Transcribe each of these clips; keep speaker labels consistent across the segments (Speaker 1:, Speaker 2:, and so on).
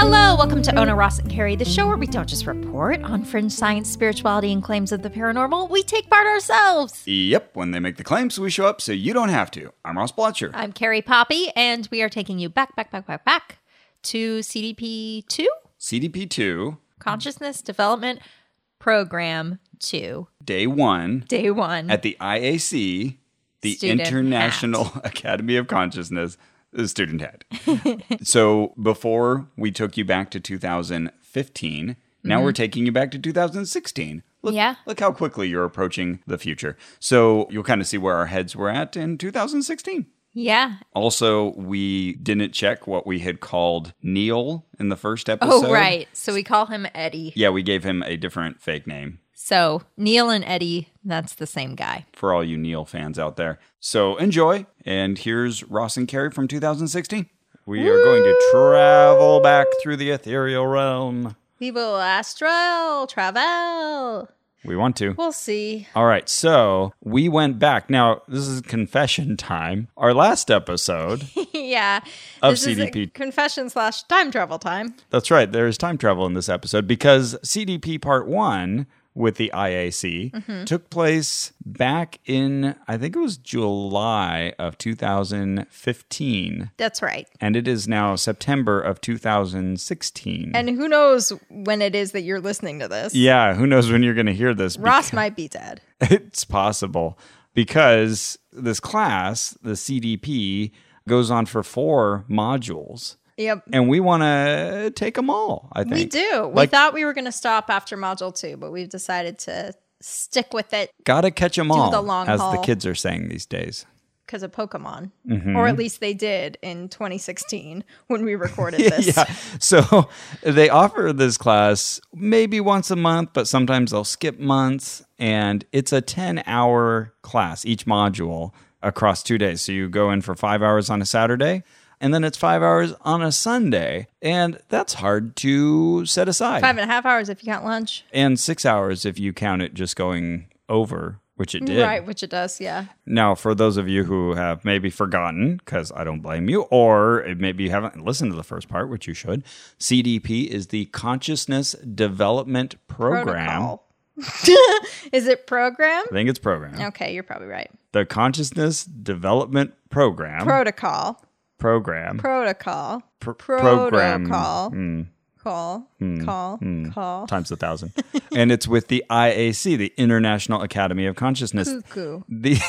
Speaker 1: Hello, welcome to Ona Ross and Carrie, the show where we don't just report on fringe science, spirituality, and claims of the paranormal. We take part ourselves.
Speaker 2: Yep, when they make the claims, we show up so you don't have to. I'm Ross Blotcher.
Speaker 1: I'm Carrie Poppy, and we are taking you back, back, back, back, back to CDP 2,
Speaker 2: CDP2,
Speaker 1: Consciousness Development Program 2,
Speaker 2: day one
Speaker 1: Day 1.
Speaker 2: at the IAC, the
Speaker 1: Student
Speaker 2: International Academy of Consciousness uh, Student Head. so before we took you back to 2015, now we're taking you back to 2016. Look,
Speaker 1: Mm-hmm. Yeah.
Speaker 2: look how quickly you're approaching the future. So you'll kind of see where our heads were at in 2016.
Speaker 1: yeah.
Speaker 2: Also, we didn't check what we had called Neil in the first
Speaker 1: Oh,
Speaker 2: episode.
Speaker 1: right. So we call him Eddie.
Speaker 2: Yeah, we gave him a different fake name
Speaker 1: So Neil and Eddie, that's the same guy.
Speaker 2: for all you Neil fans out there. So enjoy. And here's Ross and Carrie from 2016. We are going to travel back through the ethereal realm.
Speaker 1: Vivo Astral Travel.
Speaker 2: We want to.
Speaker 1: We'll see.
Speaker 2: All right, so we went back. Now, this is confession time. Our last episode,
Speaker 1: yeah.
Speaker 2: Of
Speaker 1: this is a
Speaker 2: CDP.
Speaker 1: confession slash time travel time.
Speaker 2: that's right, there is time travel in this episode because CDP part one with the IAC took place back in, I think it was July of 2015.
Speaker 1: That's right.
Speaker 2: and it is now September of 2016.
Speaker 1: And who knows when it is that you're listening to this?
Speaker 2: yeah, who knows when you're going to hear this?
Speaker 1: Ross might be dead.
Speaker 2: It's possible because this class, the CDP, goes on for four modules,
Speaker 1: Yep.
Speaker 2: and we want to take them all. I think
Speaker 1: We do. We
Speaker 2: Like-
Speaker 1: thought we were going to stop after module two, but we've decided to stick with it
Speaker 2: Gotta catch them all,
Speaker 1: the long
Speaker 2: as
Speaker 1: haul.
Speaker 2: the kids are saying these days.
Speaker 1: because of Pokemon.
Speaker 2: Mm-hmm.
Speaker 1: Or at least they did in 2016 when we recorded this.
Speaker 2: yeah. So they offer this class maybe once a month, but sometimes they'll skip months. And it's a 10 hour class, each module across two days. So you go in for five hours on a Saturday, and then it's five hours on a Sunday. And that's hard to set aside.
Speaker 1: Five and a half hours if you count lunch.
Speaker 2: and six hours if you count it just going over, which it did.
Speaker 1: Right, which it does, yeah.
Speaker 2: Now, for those of you who have maybe forgotten, because I don't blame you, or maybe you haven't listened to the first part, which you should, CDP is the Consciousness Development Program.
Speaker 1: Protocol. is it program?
Speaker 2: I think it's program.
Speaker 1: Okay, you're probably right.
Speaker 2: The Consciousness Development Program.
Speaker 1: Protocol.
Speaker 2: program.
Speaker 1: Protocol.
Speaker 2: Pro- program. Hmm.
Speaker 1: protocol. Call. Call. Call.
Speaker 2: times a thousand. and it's with the IAC, the International Academy of Consciousness.
Speaker 1: Cuckoo.
Speaker 2: These,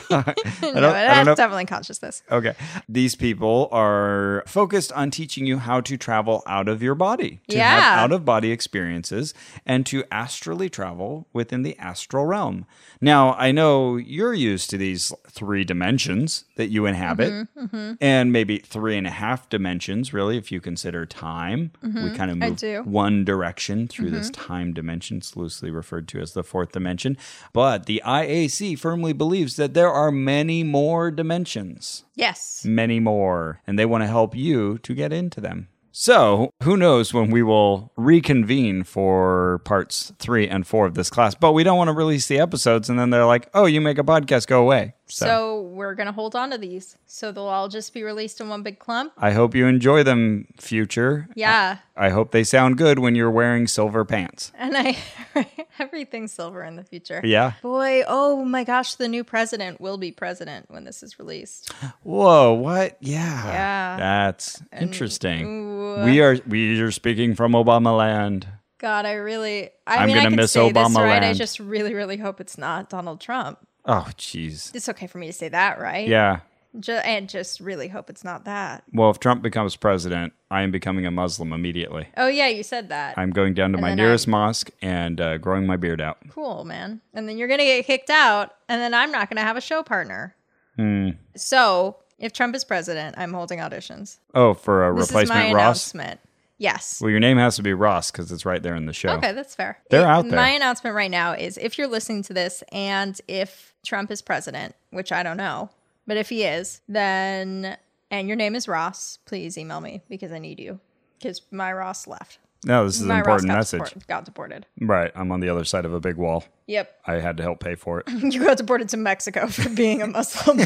Speaker 2: I don't,
Speaker 1: No,
Speaker 2: I don't
Speaker 1: that's
Speaker 2: know
Speaker 1: definitely consciousness.
Speaker 2: Okay. These people are focused on teaching you how to travel out of your body, to
Speaker 1: Yeah.
Speaker 2: have out of body experiences, and to astrally travel within the astral realm. Now, I know you're used to these three dimensions that you inhabit,
Speaker 1: Mm-hmm,
Speaker 2: and maybe three and a half dimensions, really, if you consider time. We kind of move
Speaker 1: Mm-hmm. do. Mm-hmm.
Speaker 2: one direction through this time dimension, it's loosely referred to as the fourth dimension. But the IAC firmly believes that there are many more dimensions
Speaker 1: Yes.
Speaker 2: many more, and they want to help you to get into them. So, who knows when we will reconvene for parts three and four of this class, but we don't want to release the episodes. And then they're like, oh, you make a podcast, go away.
Speaker 1: So,
Speaker 2: So,
Speaker 1: we're going to hold on to these. So they'll all just be released in one big clump.
Speaker 2: I hope you enjoy them, future.
Speaker 1: Yeah.
Speaker 2: I hope they sound good when you're wearing silver pants.
Speaker 1: And I, everything's silver in the future.
Speaker 2: Yeah.
Speaker 1: Boy, oh my gosh, the new president will be president when this is released.
Speaker 2: Whoa, what? Yeah.
Speaker 1: Yeah.
Speaker 2: That's interesting. We are we are speaking from Obama land.
Speaker 1: God, I really, I
Speaker 2: I'm
Speaker 1: mean, I
Speaker 2: gonna
Speaker 1: can
Speaker 2: miss
Speaker 1: say this,
Speaker 2: Obama
Speaker 1: right? I
Speaker 2: land.
Speaker 1: just really, really hope it's not Donald Trump.
Speaker 2: Oh, jeez.
Speaker 1: It's okay for me to say that, right?
Speaker 2: Yeah.
Speaker 1: Ju- and just really hope it's not that.
Speaker 2: Well, if Trump becomes president, I am becoming a Muslim immediately.
Speaker 1: Oh yeah, you said that.
Speaker 2: I'm going down to my
Speaker 1: then
Speaker 2: nearest mosque and uh, growing my beard out.
Speaker 1: cool, man. And then you're gonna get kicked out, and then I'm not gonna have a show partner.
Speaker 2: Hmm.
Speaker 1: So if Trump is president, I'm holding auditions.
Speaker 2: Oh, for a
Speaker 1: This is my
Speaker 2: replacement Ross?
Speaker 1: announcement. Yes.
Speaker 2: Well, your name has to be Ross because it's right there in the show.
Speaker 1: Okay, that's fair.
Speaker 2: They're
Speaker 1: It-
Speaker 2: out there.
Speaker 1: My announcement right now is if you're listening to this and if Trump is president, which I don't know, but if he is, then and your name is Ross, please email me because I need you because my Ross left.
Speaker 2: No, this is an
Speaker 1: My Ross
Speaker 2: important
Speaker 1: got
Speaker 2: message.
Speaker 1: deport- got deported.
Speaker 2: Right. I'm on the other side of a big wall.
Speaker 1: Yep.
Speaker 2: I had to help pay for it.
Speaker 1: You got deported to Mexico for being a Muslim.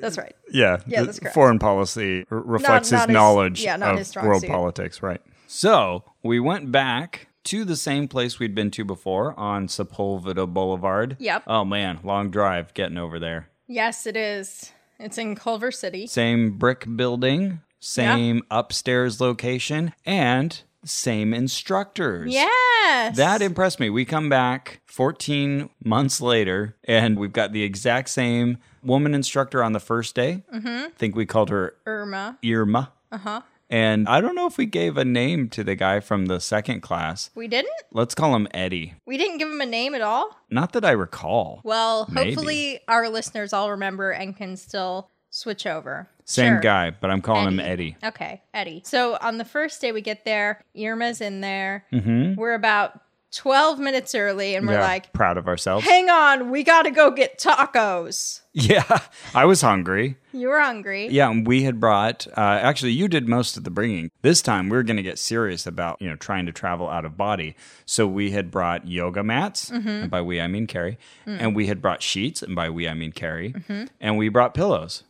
Speaker 1: That's right.
Speaker 2: Yeah.
Speaker 1: Yeah,
Speaker 2: the
Speaker 1: that's correct.
Speaker 2: Foreign policy r- reflects
Speaker 1: not
Speaker 2: his
Speaker 1: his-
Speaker 2: knowledge
Speaker 1: yeah, not
Speaker 2: of
Speaker 1: his strong
Speaker 2: world
Speaker 1: suit.
Speaker 2: politics. Right. So we went back to the same place we'd been to before on Sepulveda Boulevard.
Speaker 1: Yep.
Speaker 2: Oh, man. Long drive getting over there.
Speaker 1: Yes, it is. It's in Culver City.
Speaker 2: Same brick building, same upstairs location, and same instructors.
Speaker 1: Yes.
Speaker 2: That impressed me. We come back 14 months later and we've got the exact same woman instructor on the first day. Mm-hmm. I think we called her
Speaker 1: Irma.
Speaker 2: Irma. Uh huh.
Speaker 1: Uh-huh.
Speaker 2: And I don't know if we gave a name to the guy from the second class.
Speaker 1: We didn't?
Speaker 2: Let's call him Eddie.
Speaker 1: We didn't give him a name at all?
Speaker 2: Not that I recall.
Speaker 1: Well,
Speaker 2: Maybe.
Speaker 1: hopefully our listeners all remember and can still switch over.
Speaker 2: Same
Speaker 1: Sure.
Speaker 2: guy, but I'm calling him Eddie.
Speaker 1: Okay, Eddie. So on the first day we get there, Irma's in there. We're about 12 minutes early and we're
Speaker 2: Mm-hmm. Yeah,
Speaker 1: like,
Speaker 2: proud of ourselves.
Speaker 1: hang on, we got to go get tacos.
Speaker 2: Yeah, I was hungry.
Speaker 1: You were hungry.
Speaker 2: Yeah, and we had brought. Uh, actually, you did most of the bringing. This time, we were going to get serious about you know trying to travel out of body. So we had brought yoga mats, and by we I mean Carrie, and we had brought sheets, and by we I mean Carrie, and we brought pillows,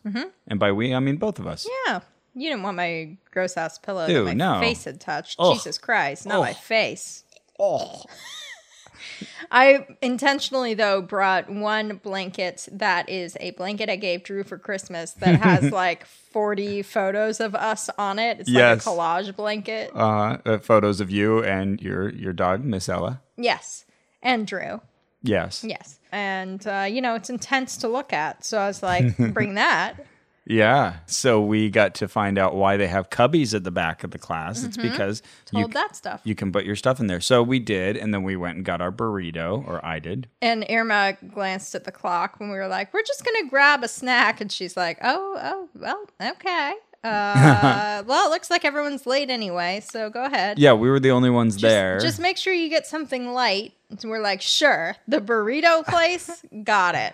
Speaker 2: and by we I mean both of us.
Speaker 1: Yeah. You didn't want my gross ass pillow
Speaker 2: Ew,
Speaker 1: that my
Speaker 2: no.
Speaker 1: face had touched.
Speaker 2: Ugh.
Speaker 1: Jesus Christ, not my
Speaker 2: Ugh.
Speaker 1: face.
Speaker 2: Oh.
Speaker 1: I intentionally though brought one blanket that is a blanket I gave Drew for Christmas that has like 40 photos of us on it. It's
Speaker 2: Yes.
Speaker 1: like a collage blanket.
Speaker 2: Uh, uh, photos of you and your your dog Miss Ella.
Speaker 1: yes. And Drew.
Speaker 2: Yes.
Speaker 1: Yes. And uh, you know, it's intense to look at. So I was like, bring that.
Speaker 2: Yeah. So we got to find out why they have cubbies at the back of the class. It's because you
Speaker 1: Hold that stuff.
Speaker 2: you can put your stuff in there. So we did, and then we went and got our burrito, or I did.
Speaker 1: And Irma glanced at the clock when we were like, "We're just gonna grab a snack," and she's like, "Oh, oh, well, okay. Uh, well, it looks like everyone's late anyway, so go ahead.
Speaker 2: Yeah, we were the only ones
Speaker 1: Just-
Speaker 2: there.
Speaker 1: Just make sure you get something light." And we're like, "Sure, the burrito place, got it.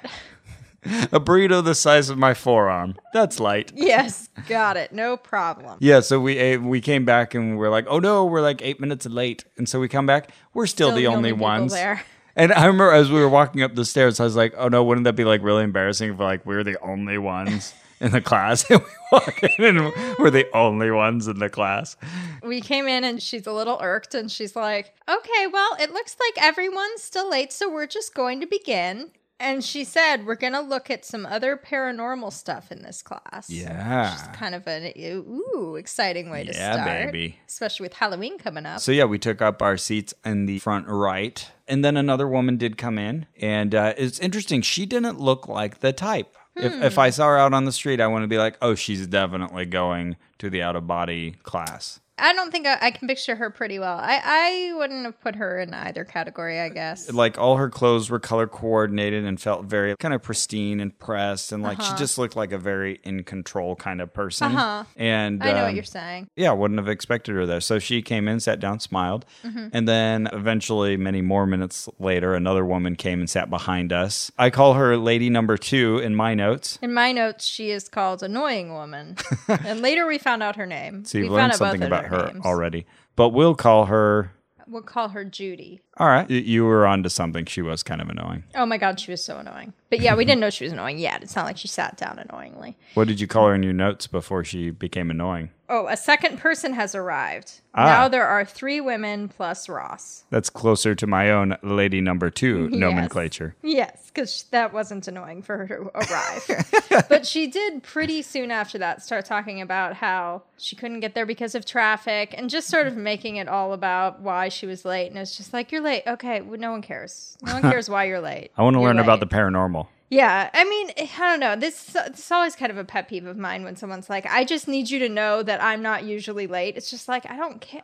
Speaker 2: a burrito the size of my forearm. That's light.
Speaker 1: Yes, got it. No problem."
Speaker 2: Yeah, so we ate, we came back and we're like, oh no, we're like eight minutes late, and so we come back, we're still,
Speaker 1: Still
Speaker 2: the, only,
Speaker 1: people
Speaker 2: ones
Speaker 1: there.
Speaker 2: And I remember as we were walking up the stairs, I was like, oh no, wouldn't that be like really embarrassing if like we're the only ones in the class, and we walk in and we're the only ones in the class.
Speaker 1: We came in and she's a little irked and she's like, okay, well, it looks like everyone's still late, so we're just going to begin. And she said, we're going to look at some other paranormal stuff in this class.
Speaker 2: Yeah.
Speaker 1: Kind of an ooh, exciting way to
Speaker 2: Yeah,
Speaker 1: start.
Speaker 2: baby.
Speaker 1: Especially with Halloween coming up.
Speaker 2: So yeah, we took up our seats in the front right, and then another woman did come in, and uh, it's interesting. She didn't look like the type. If,
Speaker 1: Hmm.
Speaker 2: if I saw her out on the street, I wouldn't be like, oh, she's definitely going to the out of body class.
Speaker 1: I don't think I, I can picture her pretty well. I, I wouldn't have put her in either category, I guess.
Speaker 2: Like all her clothes were color coordinated and felt very kind of pristine and pressed, and like she just looked like a very in control kind of person.
Speaker 1: Uh-huh.
Speaker 2: And
Speaker 1: I know
Speaker 2: um,
Speaker 1: what you're saying.
Speaker 2: yeah, wouldn't have expected her there. So she came in, sat down, smiled.
Speaker 1: Mm-hmm.
Speaker 2: And then eventually, many more minutes later, another woman came and sat behind us. I call her lady number two in my notes.
Speaker 1: In my notes, she is called Annoying Woman. and later we found out her name.
Speaker 2: So you've
Speaker 1: we found
Speaker 2: learned
Speaker 1: out both
Speaker 2: something
Speaker 1: of
Speaker 2: about her
Speaker 1: names.
Speaker 2: already. But we'll call her.
Speaker 1: We'll call her Judy.
Speaker 2: All right. y- You were onto something. She was kind of annoying.
Speaker 1: Oh my god, she was so annoying. But yeah, we didn't know she was annoying yet. It's not like she sat down annoyingly.
Speaker 2: What did you call her in your notes before she became annoying?
Speaker 1: Oh, a second person has arrived.
Speaker 2: Ah.
Speaker 1: Now there are three women plus Ross.
Speaker 2: That's closer to my own lady number two
Speaker 1: Yes.
Speaker 2: nomenclature.
Speaker 1: Yes, because that wasn't annoying for her to arrive. but she did pretty soon after that start talking about how she couldn't get there because of traffic and just sort of making it all about why she was late. And it's just like, you're late. Okay, well, no one cares. No one cares why you're late.
Speaker 2: I want to
Speaker 1: You're
Speaker 2: learn about
Speaker 1: late."
Speaker 2: the paranormal.
Speaker 1: Yeah, I mean, I don't know. This it's always kind of a pet peeve of mine when someone's like, "I just need you to know that I'm not usually late." It's just like I don't care,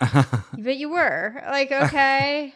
Speaker 1: but you were like, okay,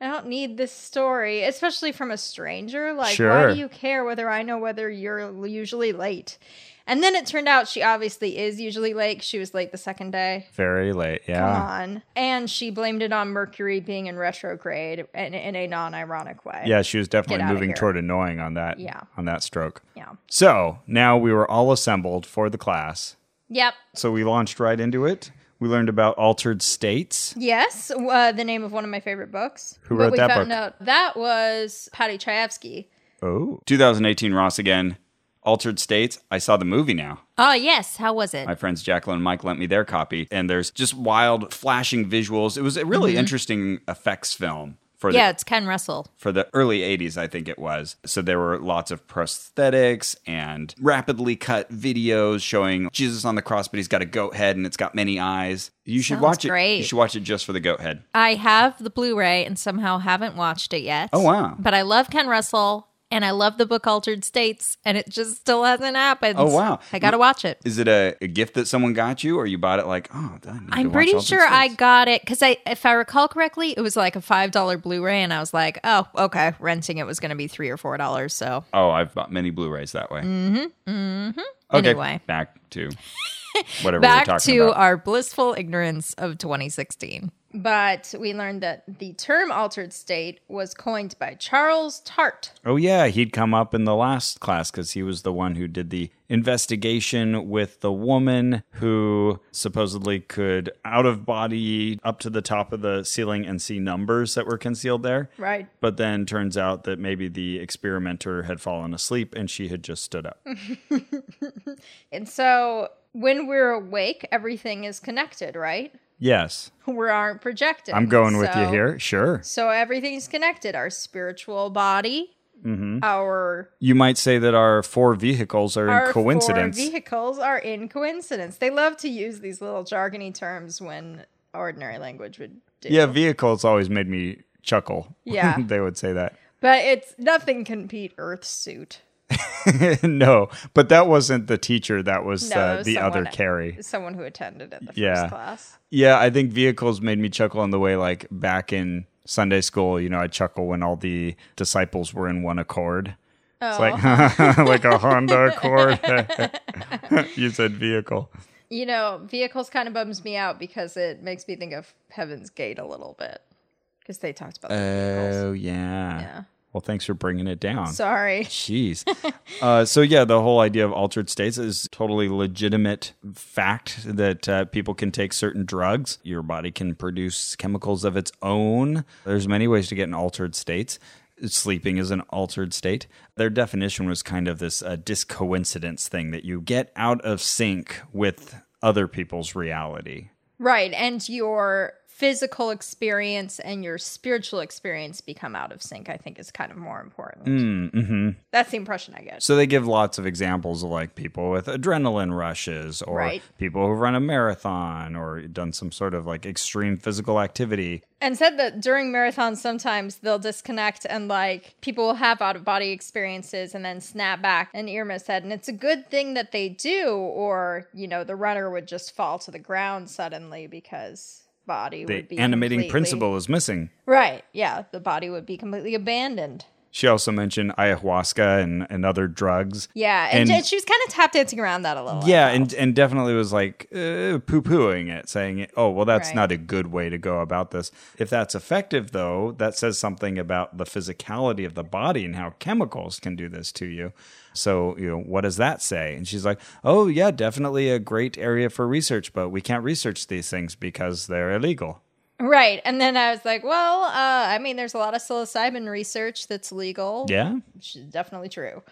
Speaker 1: I don't need this story, especially from a stranger. Like, why
Speaker 2: Sure.
Speaker 1: do you care whether I know whether you're usually late? And then it turned out she obviously is usually late. 'cause She was late the second day
Speaker 2: Very late. Yeah.
Speaker 1: on, and she blamed it on Mercury being in retrograde in, in a non-ironic way.
Speaker 2: Yeah, she was definitely
Speaker 1: outta
Speaker 2: moving
Speaker 1: here.
Speaker 2: toward annoying on that.
Speaker 1: Yeah.
Speaker 2: on that stroke.
Speaker 1: Yeah.
Speaker 2: So now we were all assembled for the class.
Speaker 1: Yep.
Speaker 2: So we launched right into it. We learned about altered states.
Speaker 3: Yes, uh, the name of one of my favorite books.
Speaker 2: Who
Speaker 3: but
Speaker 2: wrote
Speaker 3: we
Speaker 2: that
Speaker 3: found
Speaker 2: book?
Speaker 3: out that was Patty Chayefsky.
Speaker 2: Oh. 2018 Ross again. Altered States. I saw the movie now.
Speaker 1: Oh, yes. How was it?
Speaker 2: My friends Jacqueline and Mike lent me their copy, and there's just wild flashing visuals. It was a really
Speaker 1: Mm-hmm.
Speaker 2: interesting effects film for
Speaker 1: yeah,
Speaker 2: the
Speaker 1: it's Ken Russell.
Speaker 2: for the early 80s, I think it was. So there were lots of prosthetics and rapidly cut videos showing Jesus on the cross, but he's got a goat head and it's got many eyes. You should
Speaker 1: Sounds
Speaker 2: watch it. You
Speaker 1: great.
Speaker 2: should watch it just for the goat head.
Speaker 1: I have the Blu-ray and somehow haven't watched it yet.
Speaker 2: Oh, wow.
Speaker 1: But I love Ken Russell and I love the book Altered States and it just still hasn't happened.
Speaker 2: Oh, wow.
Speaker 1: I got to watch it.
Speaker 2: Is it a, a gift that someone got you, or you bought it like, oh, I need to
Speaker 1: I'm
Speaker 2: watch
Speaker 1: pretty
Speaker 2: Altered
Speaker 1: sure I
Speaker 2: States?
Speaker 1: got it because I, if I recall correctly, it was like a five dollar Blu-ray, and I was like, "Oh, okay." Renting it was going to be three or four dollars, so
Speaker 2: Oh, I've bought many Blu-rays that way. Mm-hmm. Mm-hmm. Okay,
Speaker 1: Anyway.
Speaker 2: back to whatever we're
Speaker 1: back
Speaker 2: talking
Speaker 1: to
Speaker 2: about.
Speaker 1: our blissful ignorance of 2016.
Speaker 3: But we learned that the term altered state was coined by Charles Tart.
Speaker 2: oh yeah, he'd come up in the last class because he was the one who did the investigation with the woman who supposedly could out of body up to the top of the ceiling and see numbers that were concealed there.
Speaker 3: Right.
Speaker 2: But then turns out that maybe the experimenter had fallen asleep and she had just stood up.
Speaker 3: And so when we're awake, everything is connected, right?
Speaker 2: yes.
Speaker 3: We aren't projected.
Speaker 2: I'm going with you
Speaker 3: So-
Speaker 2: here. Sure.
Speaker 3: So everything's connected our spiritual body,
Speaker 2: Mm-hmm.
Speaker 3: our
Speaker 2: You might say that our four vehicles are
Speaker 3: our
Speaker 2: in coincidence.
Speaker 3: Four vehicles are in coincidence. They love to use these little jargony terms when ordinary language would do.
Speaker 2: Yeah, vehicles always made me chuckle.
Speaker 3: Yeah.
Speaker 2: they would say that.
Speaker 3: But it's nothing can beat Earth suit.
Speaker 2: no, but that wasn't the teacher. That was
Speaker 3: No,
Speaker 2: uh,
Speaker 3: it was
Speaker 2: the other
Speaker 3: someone-
Speaker 2: Carrie.
Speaker 3: Someone who attended at the
Speaker 2: Yeah.
Speaker 3: first class.
Speaker 2: Yeah, I think vehicles made me chuckle in the way like back in Sunday school. You know, I chuckle when all the disciples were in one accord. It's like
Speaker 3: Oh.
Speaker 2: like a Honda Accord. you said vehicle.
Speaker 3: You know, vehicles kind of bums me out because it makes me think of Heaven's Gate a little bit. Because they talked about the vehicles.
Speaker 2: Oh yeah.
Speaker 3: Yeah.
Speaker 2: Well, thanks for bringing it down.
Speaker 3: Sorry.
Speaker 2: Jeez. uh, so yeah, the whole idea of altered states is totally legitimate fact that uh, people can take certain drugs. Your body can produce chemicals of its own. There's many ways to get in altered states. Sleeping is an altered state. Their definition was kind of this uh, discoincidence thing that you get out of sync with other people's reality.
Speaker 3: Right. And your physical experience and your spiritual experience become out of sync, I think is kind of more important. That's the impression I get.
Speaker 2: So they give lots of examples of like people with adrenaline rushes or
Speaker 3: Right.
Speaker 2: people who've run a marathon or done some sort of like extreme physical activity.
Speaker 3: And said that during marathons, sometimes they'll disconnect and like people will have out of body experiences and then snap back. And Irma said, and it's a good thing that they do, or, you know, the runner would just fall to the ground suddenly because body
Speaker 2: The
Speaker 3: would be
Speaker 2: animating
Speaker 3: completely-
Speaker 2: principle is missing.
Speaker 3: Right. Yeah. The body would be completely abandoned.
Speaker 2: She also mentioned ayahuasca and, and other drugs.
Speaker 3: Yeah. And,
Speaker 2: And-
Speaker 3: and she was kind of tap dancing around that a little. I
Speaker 2: Yeah, and, and definitely was like uh, poo pooing it, saying, oh, well, that's
Speaker 3: Right.
Speaker 2: not a good way to go about this. If that's effective, though, that says something about the physicality of the body and how chemicals can do this to you. So, you know, what does that say? And she's like, oh, yeah, definitely a great area for research, but we can't research these things because they're illegal.
Speaker 3: Right. And then I was like, well, uh, I mean, there's a lot of psilocybin research that's legal.
Speaker 2: Yeah.
Speaker 3: Which is definitely true.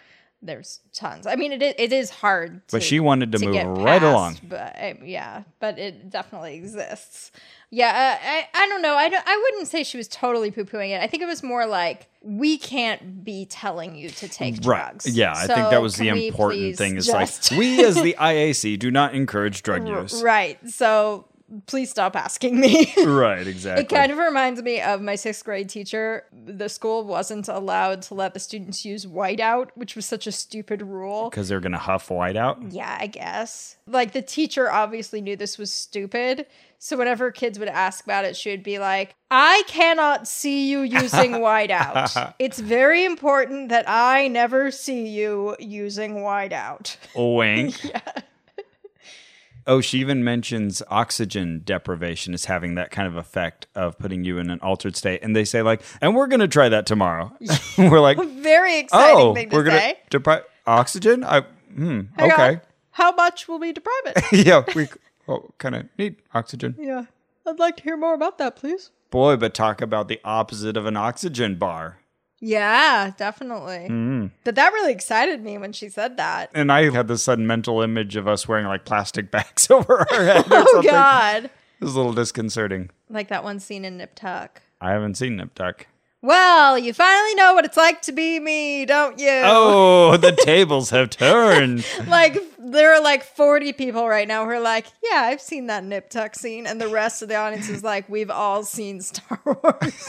Speaker 3: There's tons. I mean, it, i- it is hard. To,
Speaker 2: But she wanted to move
Speaker 3: get
Speaker 2: right
Speaker 3: past,
Speaker 2: along.
Speaker 3: But um, yeah, but it definitely exists. Yeah. Uh, I, I don't know. I, don't, I wouldn't say she was totally poo pooing it. I think it was more like, we can't be telling you to take drugs.
Speaker 2: Yeah, I think
Speaker 3: So
Speaker 2: that was the
Speaker 3: can we
Speaker 2: important
Speaker 3: please
Speaker 2: thing is
Speaker 3: just-
Speaker 2: like, we as the IAC do not encourage drug use.
Speaker 3: right. So please stop asking me.
Speaker 2: Right, exactly.
Speaker 3: It kind of reminds me of my sixth grade teacher. The school wasn't allowed to let the students use whiteout, which was such a stupid rule.
Speaker 2: because they're gonna huff white out.
Speaker 3: Yeah, I guess. Like the teacher obviously knew this was stupid. So whenever kids would ask about it, she would be like, I cannot see you using whiteout. It's very important that I never see you using whiteout.
Speaker 2: Wink. Oh, she even mentions oxygen deprivation is having that kind of effect of putting you in an altered state. And they say, like, and we're going to try that tomorrow. we're like,
Speaker 3: Very exciting
Speaker 2: oh,
Speaker 3: thing to
Speaker 2: we're going to
Speaker 3: say.
Speaker 2: deprive oxygen? I, hmm,
Speaker 3: Hang on.
Speaker 2: okay.
Speaker 3: How much will we deprive it?
Speaker 2: yeah, we, oh, kind of need oxygen.
Speaker 3: Yeah. I'd like to hear more about that, please.
Speaker 2: Boy, but talk about the opposite of an oxygen bar.
Speaker 3: Yeah, definitely.
Speaker 2: Mm-hmm.
Speaker 3: But that really excited me when she said that.
Speaker 2: And I had this sudden mental image of us wearing like plastic bags over our head or
Speaker 3: Oh,
Speaker 2: something.
Speaker 3: God.
Speaker 2: It was a little disconcerting.
Speaker 3: Like that one scene in Nip Tuck.
Speaker 2: I haven't seen Nip Tuck.
Speaker 3: Well, you finally know what it's like to be me, don't you?
Speaker 2: Oh, the tables have turned.
Speaker 3: Like, there are like 40 people right now who are like, yeah, I've seen that Nip Tuck scene. And the rest of the audience is like, we've all seen Star Wars.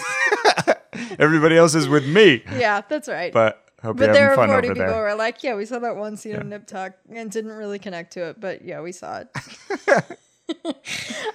Speaker 2: Everybody else is with me.
Speaker 3: yeah, that's right.
Speaker 2: But hope
Speaker 3: But
Speaker 2: you're
Speaker 3: there
Speaker 2: having
Speaker 3: are
Speaker 2: fun
Speaker 3: 40
Speaker 2: over
Speaker 3: people who
Speaker 2: there.
Speaker 3: are like, yeah, we saw that one scene of Nip Tuck and didn't really connect to it, but yeah, we saw it.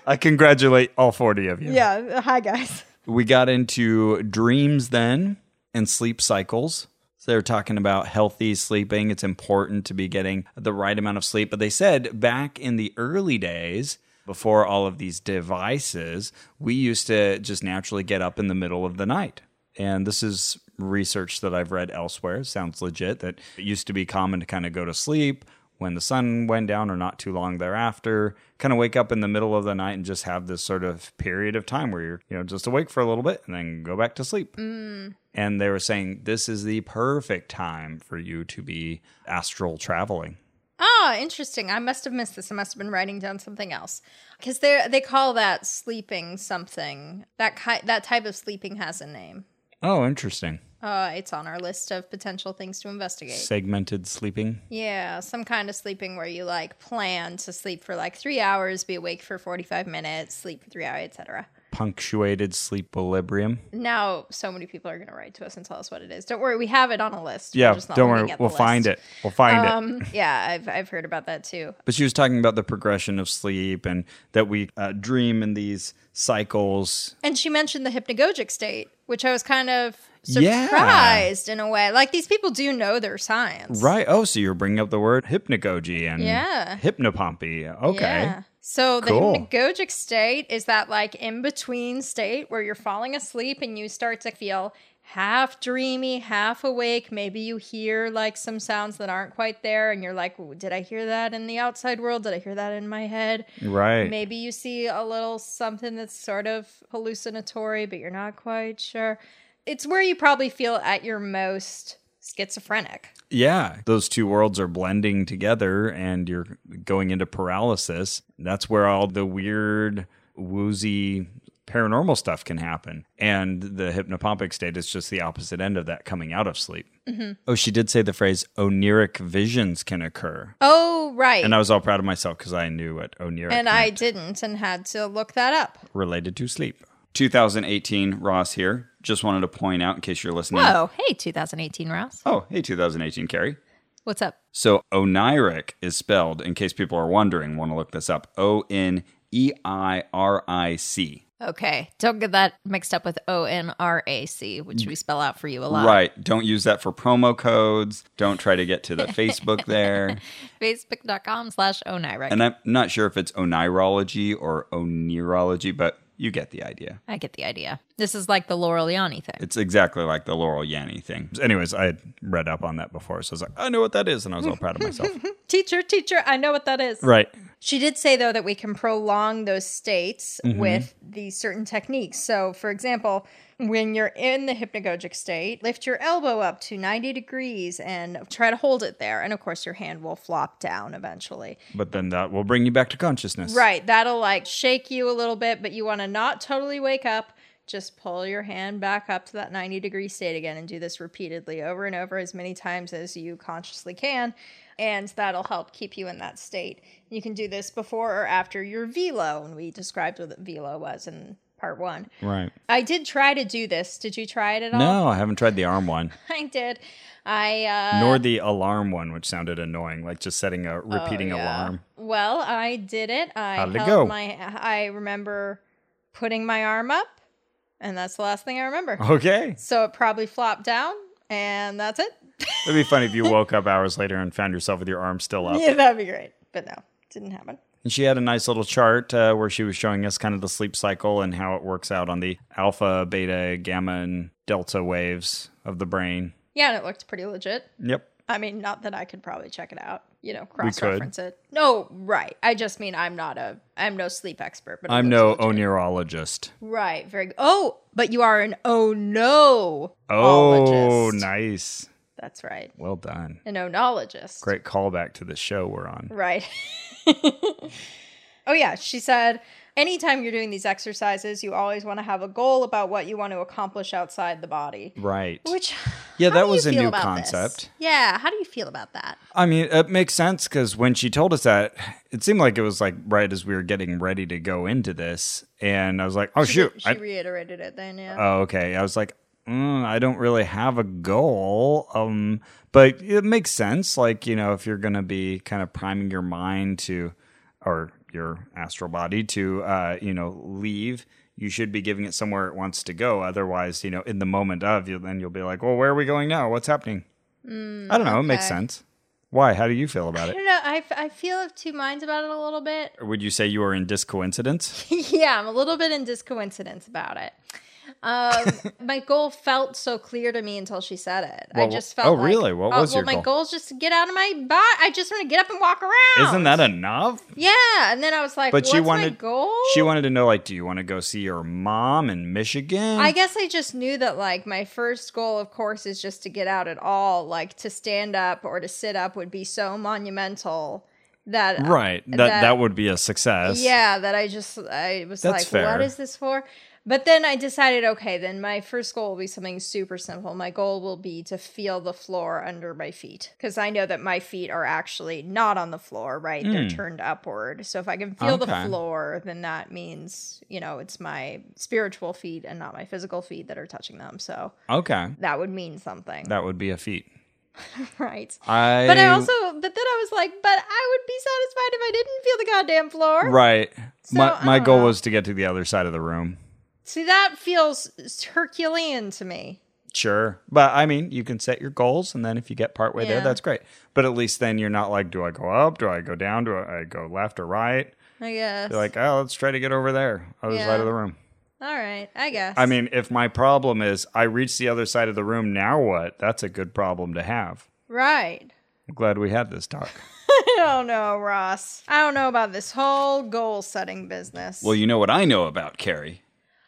Speaker 2: I congratulate all 40 of you.
Speaker 3: yeah, hi guys.
Speaker 2: We got into dreams then and sleep cycles. So they were talking about healthy sleeping. It's important to be getting the right amount of sleep. But they said back in the early days, before all of these devices, we used to just naturally get up in the middle of the night. And this is research that I've read elsewhere. It sounds legit that it used to be common to kind of go to sleep when the sun went down or not too long thereafter kind of wake up in the middle of the night and just have this sort of period of time where you're you know just awake for a little bit and then go back to sleep
Speaker 3: Mm.
Speaker 2: and they were saying this is the perfect time for you to be astral traveling
Speaker 3: Ah, interesting. I must have missed this. I must have been writing down something else because they they call that sleeping something. That ki- that type of sleeping has a name.
Speaker 2: oh interesting
Speaker 3: Uh, it's on our list of potential things to investigate.
Speaker 2: segmented sleeping
Speaker 3: yeah, some kind of sleeping where you like plan to sleep for like three hours, be awake for forty five minutes, sleep for three hours, etc.
Speaker 2: punctuated sleep equilibrium
Speaker 3: Now, so many people are going to write to us and tell us what it is. Don't worry, we have it on a list. We're
Speaker 2: yeah
Speaker 3: just not
Speaker 2: don't
Speaker 3: looking
Speaker 2: worry
Speaker 3: at the
Speaker 2: we'll find
Speaker 3: list.
Speaker 2: it we'll find it
Speaker 3: Um, yeah, I've I've heard about that too.
Speaker 2: But she was talking about the progression of sleep and that we uh, dream in these cycles.
Speaker 3: And she mentioned the hypnagogic state, which I was kind of
Speaker 2: Yeah.
Speaker 3: surprised in a way. Like these people do know their science,
Speaker 2: Right. Oh, so you're bringing up the word hypnagogy and
Speaker 3: Yeah.
Speaker 2: hypnopompy. Okay.
Speaker 3: Yeah. So the
Speaker 2: Cool.
Speaker 3: hypnagogic state is that like in between state where you're falling asleep and you start to feel half dreamy, half awake. Maybe you hear like some sounds that aren't quite there, and you're like, "Ooh, "Did I hear that in the outside world? Did I hear that in my head?"
Speaker 2: Right.
Speaker 3: Maybe you see a little something that's sort of hallucinatory, but you're not quite sure. It's where you probably feel at your most schizophrenic.
Speaker 2: Yeah. Those two worlds are blending together and you're going into paralysis. That's where all the weird, woozy, paranormal stuff can happen. And the hypnopompic state is just the opposite end of that coming out of sleep.
Speaker 3: Mm-hmm.
Speaker 2: Oh, she did say the phrase oniric visions can occur.
Speaker 3: Oh, right.
Speaker 2: And I was all proud of myself because I knew what O'Neill
Speaker 3: and I didn't and had to look that up.
Speaker 2: related to sleep. 2018, Ross here. Just wanted to point out in case you're listening.
Speaker 1: Whoa. Oh, Hey, 2018 Ross.
Speaker 2: Oh, hey, 2018, Carrie.
Speaker 1: What's up?
Speaker 2: So oniric is spelled, in case people are wondering, want to look this up, O N E I R I C.
Speaker 1: Okay. Don't get that mixed up with O N R A C, which we spell out for you a lot.
Speaker 2: Right. Don't use that for promo codes. Don't try to get to the Facebook there.
Speaker 1: Facebook.com slash Onirec.
Speaker 2: And I'm not sure if it's onirology or oneirology, but you get the idea.
Speaker 1: I get the idea. This is like the Laurel Yanni thing.
Speaker 2: It's exactly like the Laurel Yanny thing. Anyways, I had read up on that before, so I was like, I know what that is, and I was all proud of myself.
Speaker 3: Teacher, teacher, I know what that is.
Speaker 2: right.
Speaker 3: She did say, though, that we can prolong those states with these certain techniques. So, for example, when you're in the hypnagogic state, lift your elbow up to 90 degrees and try to hold it there. And of course, your hand will flop down eventually.
Speaker 2: But then that will bring you back to consciousness.
Speaker 3: Right. That'll like shake you a little bit, but you want to not totally wake up. Just pull your hand back up to that 90 degree state again and do this repeatedly over and over as many times as you consciously can. And that'll help keep you in that state. You can do this before or after your velo. And we described what velo was in part one.
Speaker 2: Right.
Speaker 3: I did try to do this. Did you try it at all?
Speaker 2: No, I haven't tried the arm one,
Speaker 3: I did. I, uh, Oh,
Speaker 2: nor the alarm one, which sounded annoying, like just setting a repeating alarm.
Speaker 3: Well, I did it. I
Speaker 2: How'd it
Speaker 3: held
Speaker 2: go?
Speaker 3: my I remember putting my arm up, and that's the last thing I remember.
Speaker 2: Oh. Okay.
Speaker 3: So it probably flopped down, and that's it.
Speaker 2: It'd be funny if you woke up hours later and found yourself with your arm still up.
Speaker 3: yeah, that'd be great. But no, didn't happen.
Speaker 2: And she had a nice little chart uh, where she was showing us kind of the sleep cycle and how it works out on the alpha, beta, gamma, and delta waves of the brain.
Speaker 3: Yeah, and it looked pretty legit.
Speaker 2: Yep.
Speaker 3: I mean, not that I could probably check it out, you know, cross reference it. No, right. I just mean I'm not a, I'm no sleep expert, but I
Speaker 2: I'm
Speaker 3: will
Speaker 2: no
Speaker 3: told you.
Speaker 2: oneurologist.
Speaker 3: Right. Very good. Oh, but you are an oh no.
Speaker 2: Oh, nice.
Speaker 3: That's right.
Speaker 2: Well done.
Speaker 3: An onologist.
Speaker 2: Great callback to the show we're on.
Speaker 3: Right. oh, yeah. She said, anytime you're doing these exercises, you always want to have a goal about what you want to accomplish outside the body.
Speaker 2: Right.
Speaker 3: Which,
Speaker 2: yeah,
Speaker 3: how
Speaker 2: that
Speaker 3: do
Speaker 2: was
Speaker 3: you
Speaker 2: a
Speaker 3: feel
Speaker 2: new
Speaker 3: about this?
Speaker 2: concept.
Speaker 3: Yeah. How do you feel about that?
Speaker 2: I mean, it makes sense because when she told us that, it seemed like it was like right as we were getting ready to go into this, and I was like, "Oh
Speaker 3: She-
Speaker 2: shoot!"
Speaker 3: She
Speaker 2: I,
Speaker 3: reiterated it then, yeah.
Speaker 2: oh, okay. I was like, mm, "I don't really have a goal," um, but it makes sense. Like you know, if you're gonna be kind of priming your mind to, or your astral body to, uh, you know, leave. You should be giving it somewhere it wants to go. Otherwise, you know, in the moment of, you then you'll be like, "Well, where are we going now? What's happening?" I don't know. It makes
Speaker 3: okay.
Speaker 2: sense. Why? How do you feel about it?
Speaker 3: I don't know. I, f- I feel of two minds about it a little bit.
Speaker 2: Would you say you are in discoincidence?
Speaker 3: yeah, I'm a little bit in discoincidence about it. Um, my goal felt so clear to me until she said it. I
Speaker 2: Well,
Speaker 3: just
Speaker 2: wh-
Speaker 3: felt
Speaker 2: oh,
Speaker 3: like,
Speaker 2: really? What
Speaker 3: oh,
Speaker 2: was
Speaker 3: well,
Speaker 2: your
Speaker 3: my
Speaker 2: goal?
Speaker 3: goal's just to get out of my body. I just want to get up and walk around.
Speaker 2: Isn't that enough?
Speaker 3: Yeah, and then I was like,
Speaker 2: But
Speaker 3: what's
Speaker 2: she
Speaker 3: my
Speaker 2: wanted
Speaker 3: goal?
Speaker 2: she wanted to know like, do you want to go see your mom in Michigan?
Speaker 3: I guess I just knew that like my first goal, of course, is just to get out at all. Like to stand up or to sit up would be so monumental that
Speaker 2: right. That, that
Speaker 3: that-
Speaker 2: would be a success.
Speaker 3: Yeah, that I just I was
Speaker 2: That's
Speaker 3: like,
Speaker 2: fair.
Speaker 3: what is this for? But then I decided, okay, then my first goal will be something super simple. My goal will be to feel the floor under my feet because I know that my feet are actually not on the floor, right? They're turned upward. So if I can feel
Speaker 2: Hmm. Okay.
Speaker 3: the floor, then that means, you know, it's my spiritual feet and not my physical feet that are touching them. So
Speaker 2: Okay.
Speaker 3: that would mean something,
Speaker 2: That would be a feat.
Speaker 3: right?
Speaker 2: I
Speaker 3: But I also, but then I was like, but I would be satisfied if I didn't feel the goddamn floor.
Speaker 2: Right.
Speaker 3: So,
Speaker 2: my
Speaker 3: I
Speaker 2: my
Speaker 3: don't
Speaker 2: goal
Speaker 3: know.
Speaker 2: was to get to the other side of the room.
Speaker 3: See, that feels Herculean to me.
Speaker 2: Sure. But I mean, you can set your goals and then if you get partway there,
Speaker 3: Yeah.
Speaker 2: that's great. But at least then you're not like, do I go up? Do I go down? Do I go left or right?
Speaker 3: I guess.
Speaker 2: You're like, oh, let's try to get over there, other
Speaker 3: Yeah.
Speaker 2: side of the room.
Speaker 3: All right, I guess.
Speaker 2: I mean, if my problem is I reach the other side of the room, now what? That's a good problem to have.
Speaker 3: right.
Speaker 2: I'm glad we had this talk.
Speaker 3: I don't know, Ross. I don't know about this whole goal setting business.
Speaker 2: Well, you know what I know about Carrie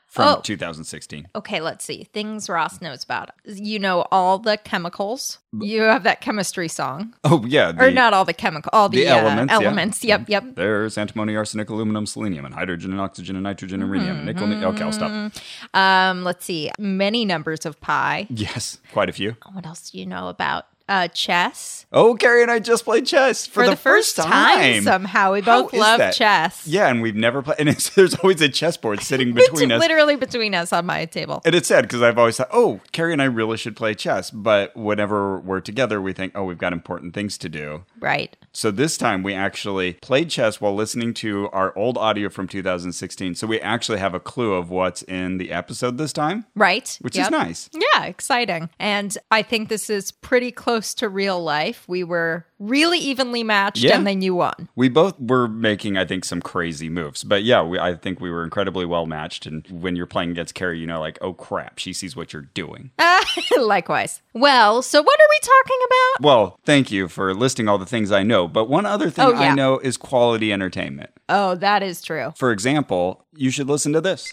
Speaker 2: from
Speaker 1: Oh.
Speaker 2: 2016.
Speaker 1: Okay, let's see. Things Ross knows about. You know all the chemicals. You have that chemistry song.
Speaker 2: Oh, yeah. The,
Speaker 1: or not all the chemical, all the,
Speaker 2: the
Speaker 1: uh,
Speaker 2: elements,
Speaker 1: elements.
Speaker 2: yeah.
Speaker 1: Yep, yep.
Speaker 2: There's antimony, arsenic, aluminum, selenium, and hydrogen, and oxygen, and nitrogen, and rhenium, and nickel. ni- Okay, I'll stop.
Speaker 1: Um, let's see. Many numbers of pi.
Speaker 2: Yes, quite a few.
Speaker 1: What else do you know about uh, chess?
Speaker 2: Oh, Carrie and I just played chess for,
Speaker 1: For, the, first time, somehow we
Speaker 2: How
Speaker 1: both
Speaker 2: is
Speaker 1: love
Speaker 2: that?
Speaker 1: chess.
Speaker 2: Yeah, and we've never played. And it's, there's always a chessboard sitting
Speaker 1: It's
Speaker 2: between us.
Speaker 1: literally between us on my table.
Speaker 2: And it's sad because I've always thought, oh, Carrie and I really should play chess. But whenever we're together, we think, oh, we've got important things to do.
Speaker 1: Right.
Speaker 2: So this time we actually played chess while listening to our old audio from 2016. So we actually have a clue of what's in the episode this time,
Speaker 1: Right.
Speaker 2: which is
Speaker 1: Yep.
Speaker 2: nice.
Speaker 1: Yeah, exciting. And I think this is pretty close to real life. We were really evenly matched
Speaker 2: Yeah.
Speaker 1: and then you won.
Speaker 2: We both were making, I think, some crazy moves. But yeah, we, I think we were incredibly well matched. And when you're playing against Carrie, you know, like, oh crap, she sees what you're doing.
Speaker 1: Uh, Likewise. Well, so what are we talking about?
Speaker 2: Well, thank you for listing all the things I know. But one other thing
Speaker 1: Oh, yeah.
Speaker 2: I know is quality entertainment.
Speaker 1: Oh, that is true.
Speaker 2: For example, you should listen to this.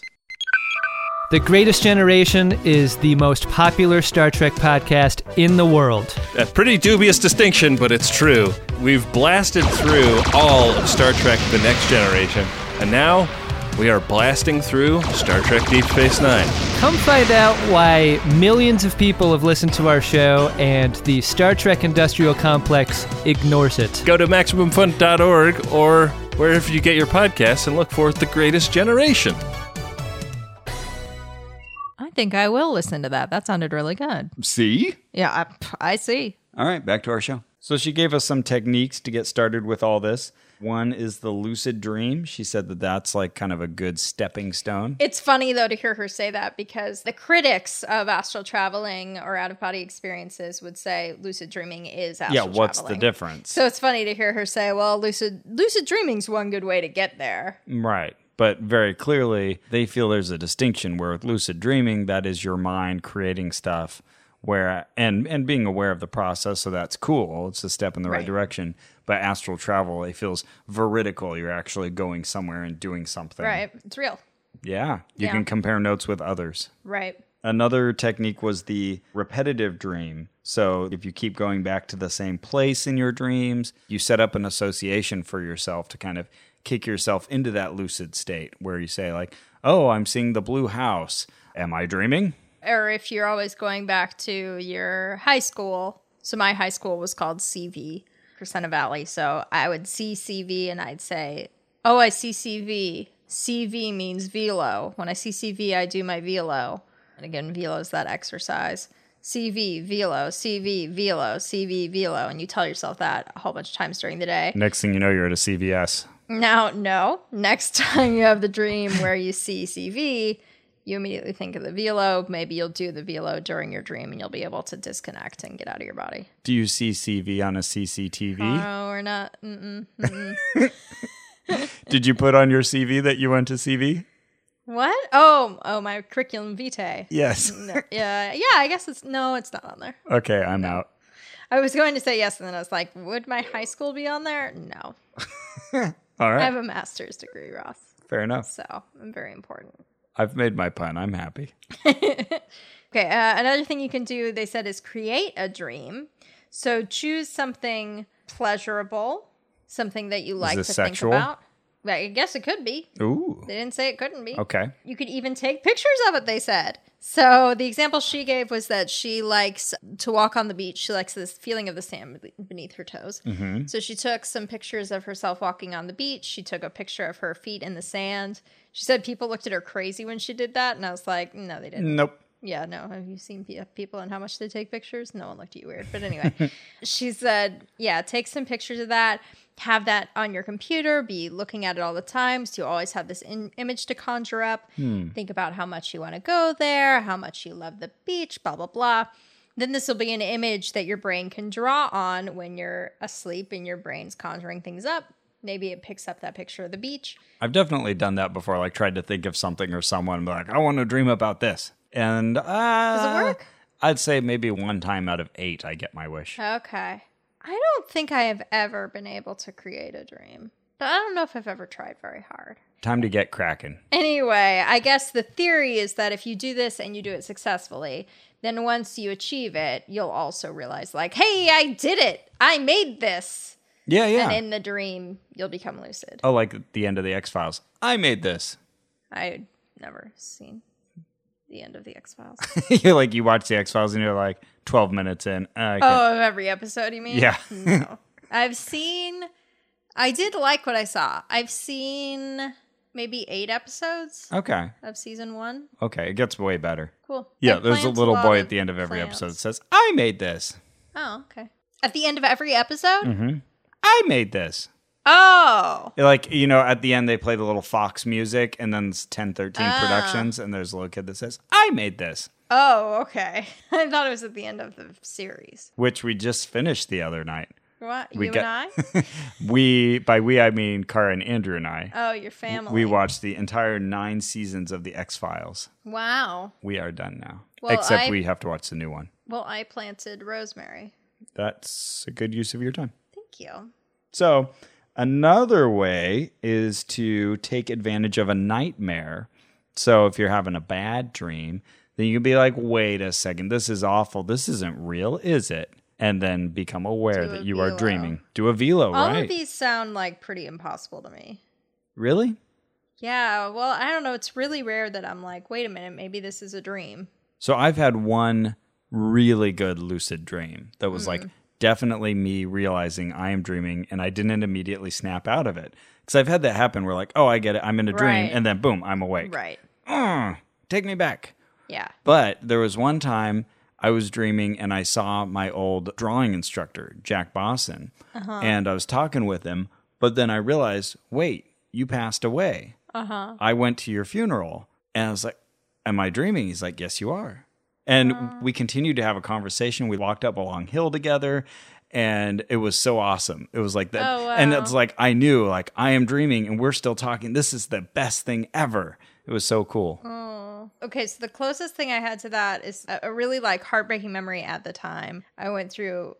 Speaker 4: The Greatest Generation is the most popular Star Trek podcast in the world.
Speaker 5: A pretty dubious distinction, but it's true. We've blasted through all of Star Trek The Next Generation, and now we are blasting through Star Trek Deep Space Nine.
Speaker 4: Come find out why millions of people have listened to our show and the Star Trek industrial complex ignores it.
Speaker 5: Go to MaximumFun.org or wherever you get your podcasts and look for The Greatest Generation.
Speaker 1: I think I will listen to that. That sounded really good.
Speaker 2: See?
Speaker 1: Yeah, I, I see.
Speaker 2: All right, back to our show. So she gave us some techniques to get started with all this. One is the lucid dream. She said that that's like kind of a good stepping stone.
Speaker 3: It's funny though to hear her say that because the critics of astral traveling or out of body experiences would say lucid dreaming is astral
Speaker 2: yeah, what's
Speaker 3: traveling.
Speaker 2: the difference?
Speaker 3: So it's funny to hear her say, "Well, lucid lucid dreaming's one good way to get there."
Speaker 2: right. But very clearly, they feel there's a distinction where with lucid dreaming, that is your mind creating stuff. where and and being aware of the process so that's cool it's a step in the right,
Speaker 3: Right.
Speaker 2: direction but astral travel it feels veridical you're actually going somewhere and doing something
Speaker 3: Right. It's real.
Speaker 2: yeah you
Speaker 3: Yeah.
Speaker 2: can compare notes with others
Speaker 3: Right.
Speaker 2: Another technique was the repetitive dream. So, if you keep going back to the same place in your dreams, you set up an association for yourself to kind of kick yourself into that lucid state where you say, like, oh, I'm seeing the blue house. Am I dreaming?
Speaker 3: Or if you're always going back to your high school. So my high school was called CV, Crescenta Valley. So I would see CV and I'd say, oh, I see CV. CV means velo. When I see CV, I do my velo. And again, velo is that exercise. CV, velo, CV, velo, CV, velo. And you tell yourself that a whole bunch of times during the day.
Speaker 2: Next thing you know, you're at a CVS.
Speaker 3: Now, no. Next time you have the dream where you see CV, you immediately think of the velo. Maybe you'll do the velo during your dream and you'll be able to disconnect and get out of your body.
Speaker 2: Do you see CV on a CCTV?
Speaker 3: No, we're not. Mm. Mm-mm.
Speaker 2: Did you put on your CV that you went to CV?
Speaker 3: What? Oh, oh, my curriculum vitae.
Speaker 2: Yes.
Speaker 3: No, yeah, yeah. I guess it's no, it's not on there.
Speaker 2: Okay, I'm out.
Speaker 3: I was going to say yes, and then I was like, would my high school be on there? No,
Speaker 2: All
Speaker 3: I
Speaker 2: right,
Speaker 3: have a master's degree, Ross.
Speaker 2: fair enough.
Speaker 3: So I'm very important.
Speaker 2: I've made my pun. I'm happy.
Speaker 3: Okay, uh, another thing you can do, they said, is create a dream. So choose something pleasurable, something that you like
Speaker 2: this
Speaker 3: to
Speaker 2: sexual?
Speaker 3: think about. Like, I guess it could be.
Speaker 2: Ooh.
Speaker 3: They didn't say it couldn't be.
Speaker 2: Okay.
Speaker 3: You could even take pictures of it, they said. So the example she gave was that she likes to walk on the beach. She likes this feeling of the sand beneath her toes.
Speaker 2: Mm-hmm.
Speaker 3: So she took some pictures of herself walking on the beach. She took a picture of her feet in the sand. She said people looked at her crazy when she did that. And I was like, no, they didn't.
Speaker 2: Nope.
Speaker 3: Yeah, no. Have you seen pe- uh, people and how much they take pictures? No one looked at you weird. But anyway, she said, yeah, take some pictures of that. Have that on your computer. Be looking at it all the time. So you always have this in- image to conjure up. Think about how much you want to go there, how much you love the beach, blah, blah, blah. Then this will be an image that your brain can draw on when you're asleep and your brain's conjuring things up. Maybe it picks up that picture of the beach.
Speaker 2: I've definitely done that before, like tried to think of something or someone, and be like, I want to dream about this. And uh, does
Speaker 3: it work?
Speaker 2: I'd say maybe one time out of eight, I get my wish.
Speaker 3: Okay. I don't think I have ever been able to create a dream. But I don't know if I've ever tried very hard.
Speaker 2: Time to get cracking.
Speaker 3: Anyway, I guess the theory is that if you do this and you do it successfully, then once you achieve it, you'll also realize, like, hey, I did it. I made this.
Speaker 2: Yeah, yeah.
Speaker 3: And in the dream, you'll become lucid.
Speaker 2: oh, like at the end of the X Files. I made this.
Speaker 3: I'd never seen the end of The X Files.
Speaker 2: you're like, you watch the X Files and you're like, 12 minutes in. Uh, I can't-
Speaker 3: Oh, of every episode, you mean?
Speaker 2: Yeah.
Speaker 3: no. I've seen. I did like what I saw. I've seen maybe eight episodes
Speaker 2: Okay.
Speaker 3: of season one.
Speaker 2: Okay. It gets way better.
Speaker 3: Cool.
Speaker 2: Yeah,
Speaker 3: And
Speaker 2: there's a
Speaker 3: plants,
Speaker 2: little
Speaker 3: lot
Speaker 2: boy
Speaker 3: of
Speaker 2: at the end of every
Speaker 3: plants.
Speaker 2: episode that says, I made this.
Speaker 3: Oh, okay. At the end of every episode?
Speaker 2: Mm-hmm. I made this.
Speaker 3: Oh.
Speaker 2: Like, you know, at the end, they play the little Fox music and then it's 1013
Speaker 3: Ah.
Speaker 2: Productions, and there's a little kid that says, I made this.
Speaker 3: Oh, okay. I thought it was at the end of the series.
Speaker 2: which we just finished the other night.
Speaker 3: What?
Speaker 2: We
Speaker 3: you
Speaker 2: got-
Speaker 3: and I?
Speaker 2: We, by we, I mean Cara and Andrew and I.
Speaker 3: Oh, your family.
Speaker 2: we watched the entire nine seasons of The X Files.
Speaker 3: Wow.
Speaker 2: We are done now.
Speaker 3: Well,
Speaker 2: Except
Speaker 3: I-
Speaker 2: we have to watch the new one.
Speaker 3: Well, I planted rosemary.
Speaker 2: That's a good use of your time.
Speaker 3: Thank you.
Speaker 2: So, another way is to take advantage of a nightmare. So, if you're having a bad dream, then you can be like, wait a second, this is awful. This isn't real, is it? And then become aware
Speaker 3: Do a
Speaker 2: that you are
Speaker 3: velo.
Speaker 2: dreaming. Do a velo,
Speaker 3: All
Speaker 2: right?
Speaker 3: of these sound like pretty impossible to me.
Speaker 2: really?
Speaker 3: Yeah, well, I don't know. It's really rare that I'm like, wait a minute, maybe this is a dream.
Speaker 2: So I've had one really good lucid dream that was
Speaker 3: Mm-hmm.
Speaker 2: like definitely me realizing I am dreaming and I didn't immediately snap out of it. Because I've had that happen where, like, oh, I get it. I'm in a dream.
Speaker 3: Right.
Speaker 2: And then boom, I'm awake.
Speaker 3: Right.
Speaker 2: "Ugh, take me back.
Speaker 3: Yeah.
Speaker 2: But there was one time I was dreaming and I saw my old drawing instructor, Jack Bosson,
Speaker 3: Uh-huh.
Speaker 2: and I was talking with him. But then I realized, wait, you passed away. Uh-huh. I went to your funeral. And I was like, am I dreaming? He's like, yes, you are. And
Speaker 3: Uh-huh.
Speaker 2: we continued to have a conversation. We walked up a long hill together. And it was so awesome. It was like that.
Speaker 3: Oh,
Speaker 2: And
Speaker 3: wow.
Speaker 2: it's like, I knew,
Speaker 3: Uh-huh.
Speaker 2: like, I am dreaming and we're still talking. This is the best thing ever. It was so cool.
Speaker 3: No. Okay, so the closest thing I had to that is a, a really like heartbreaking memory at the time. I went through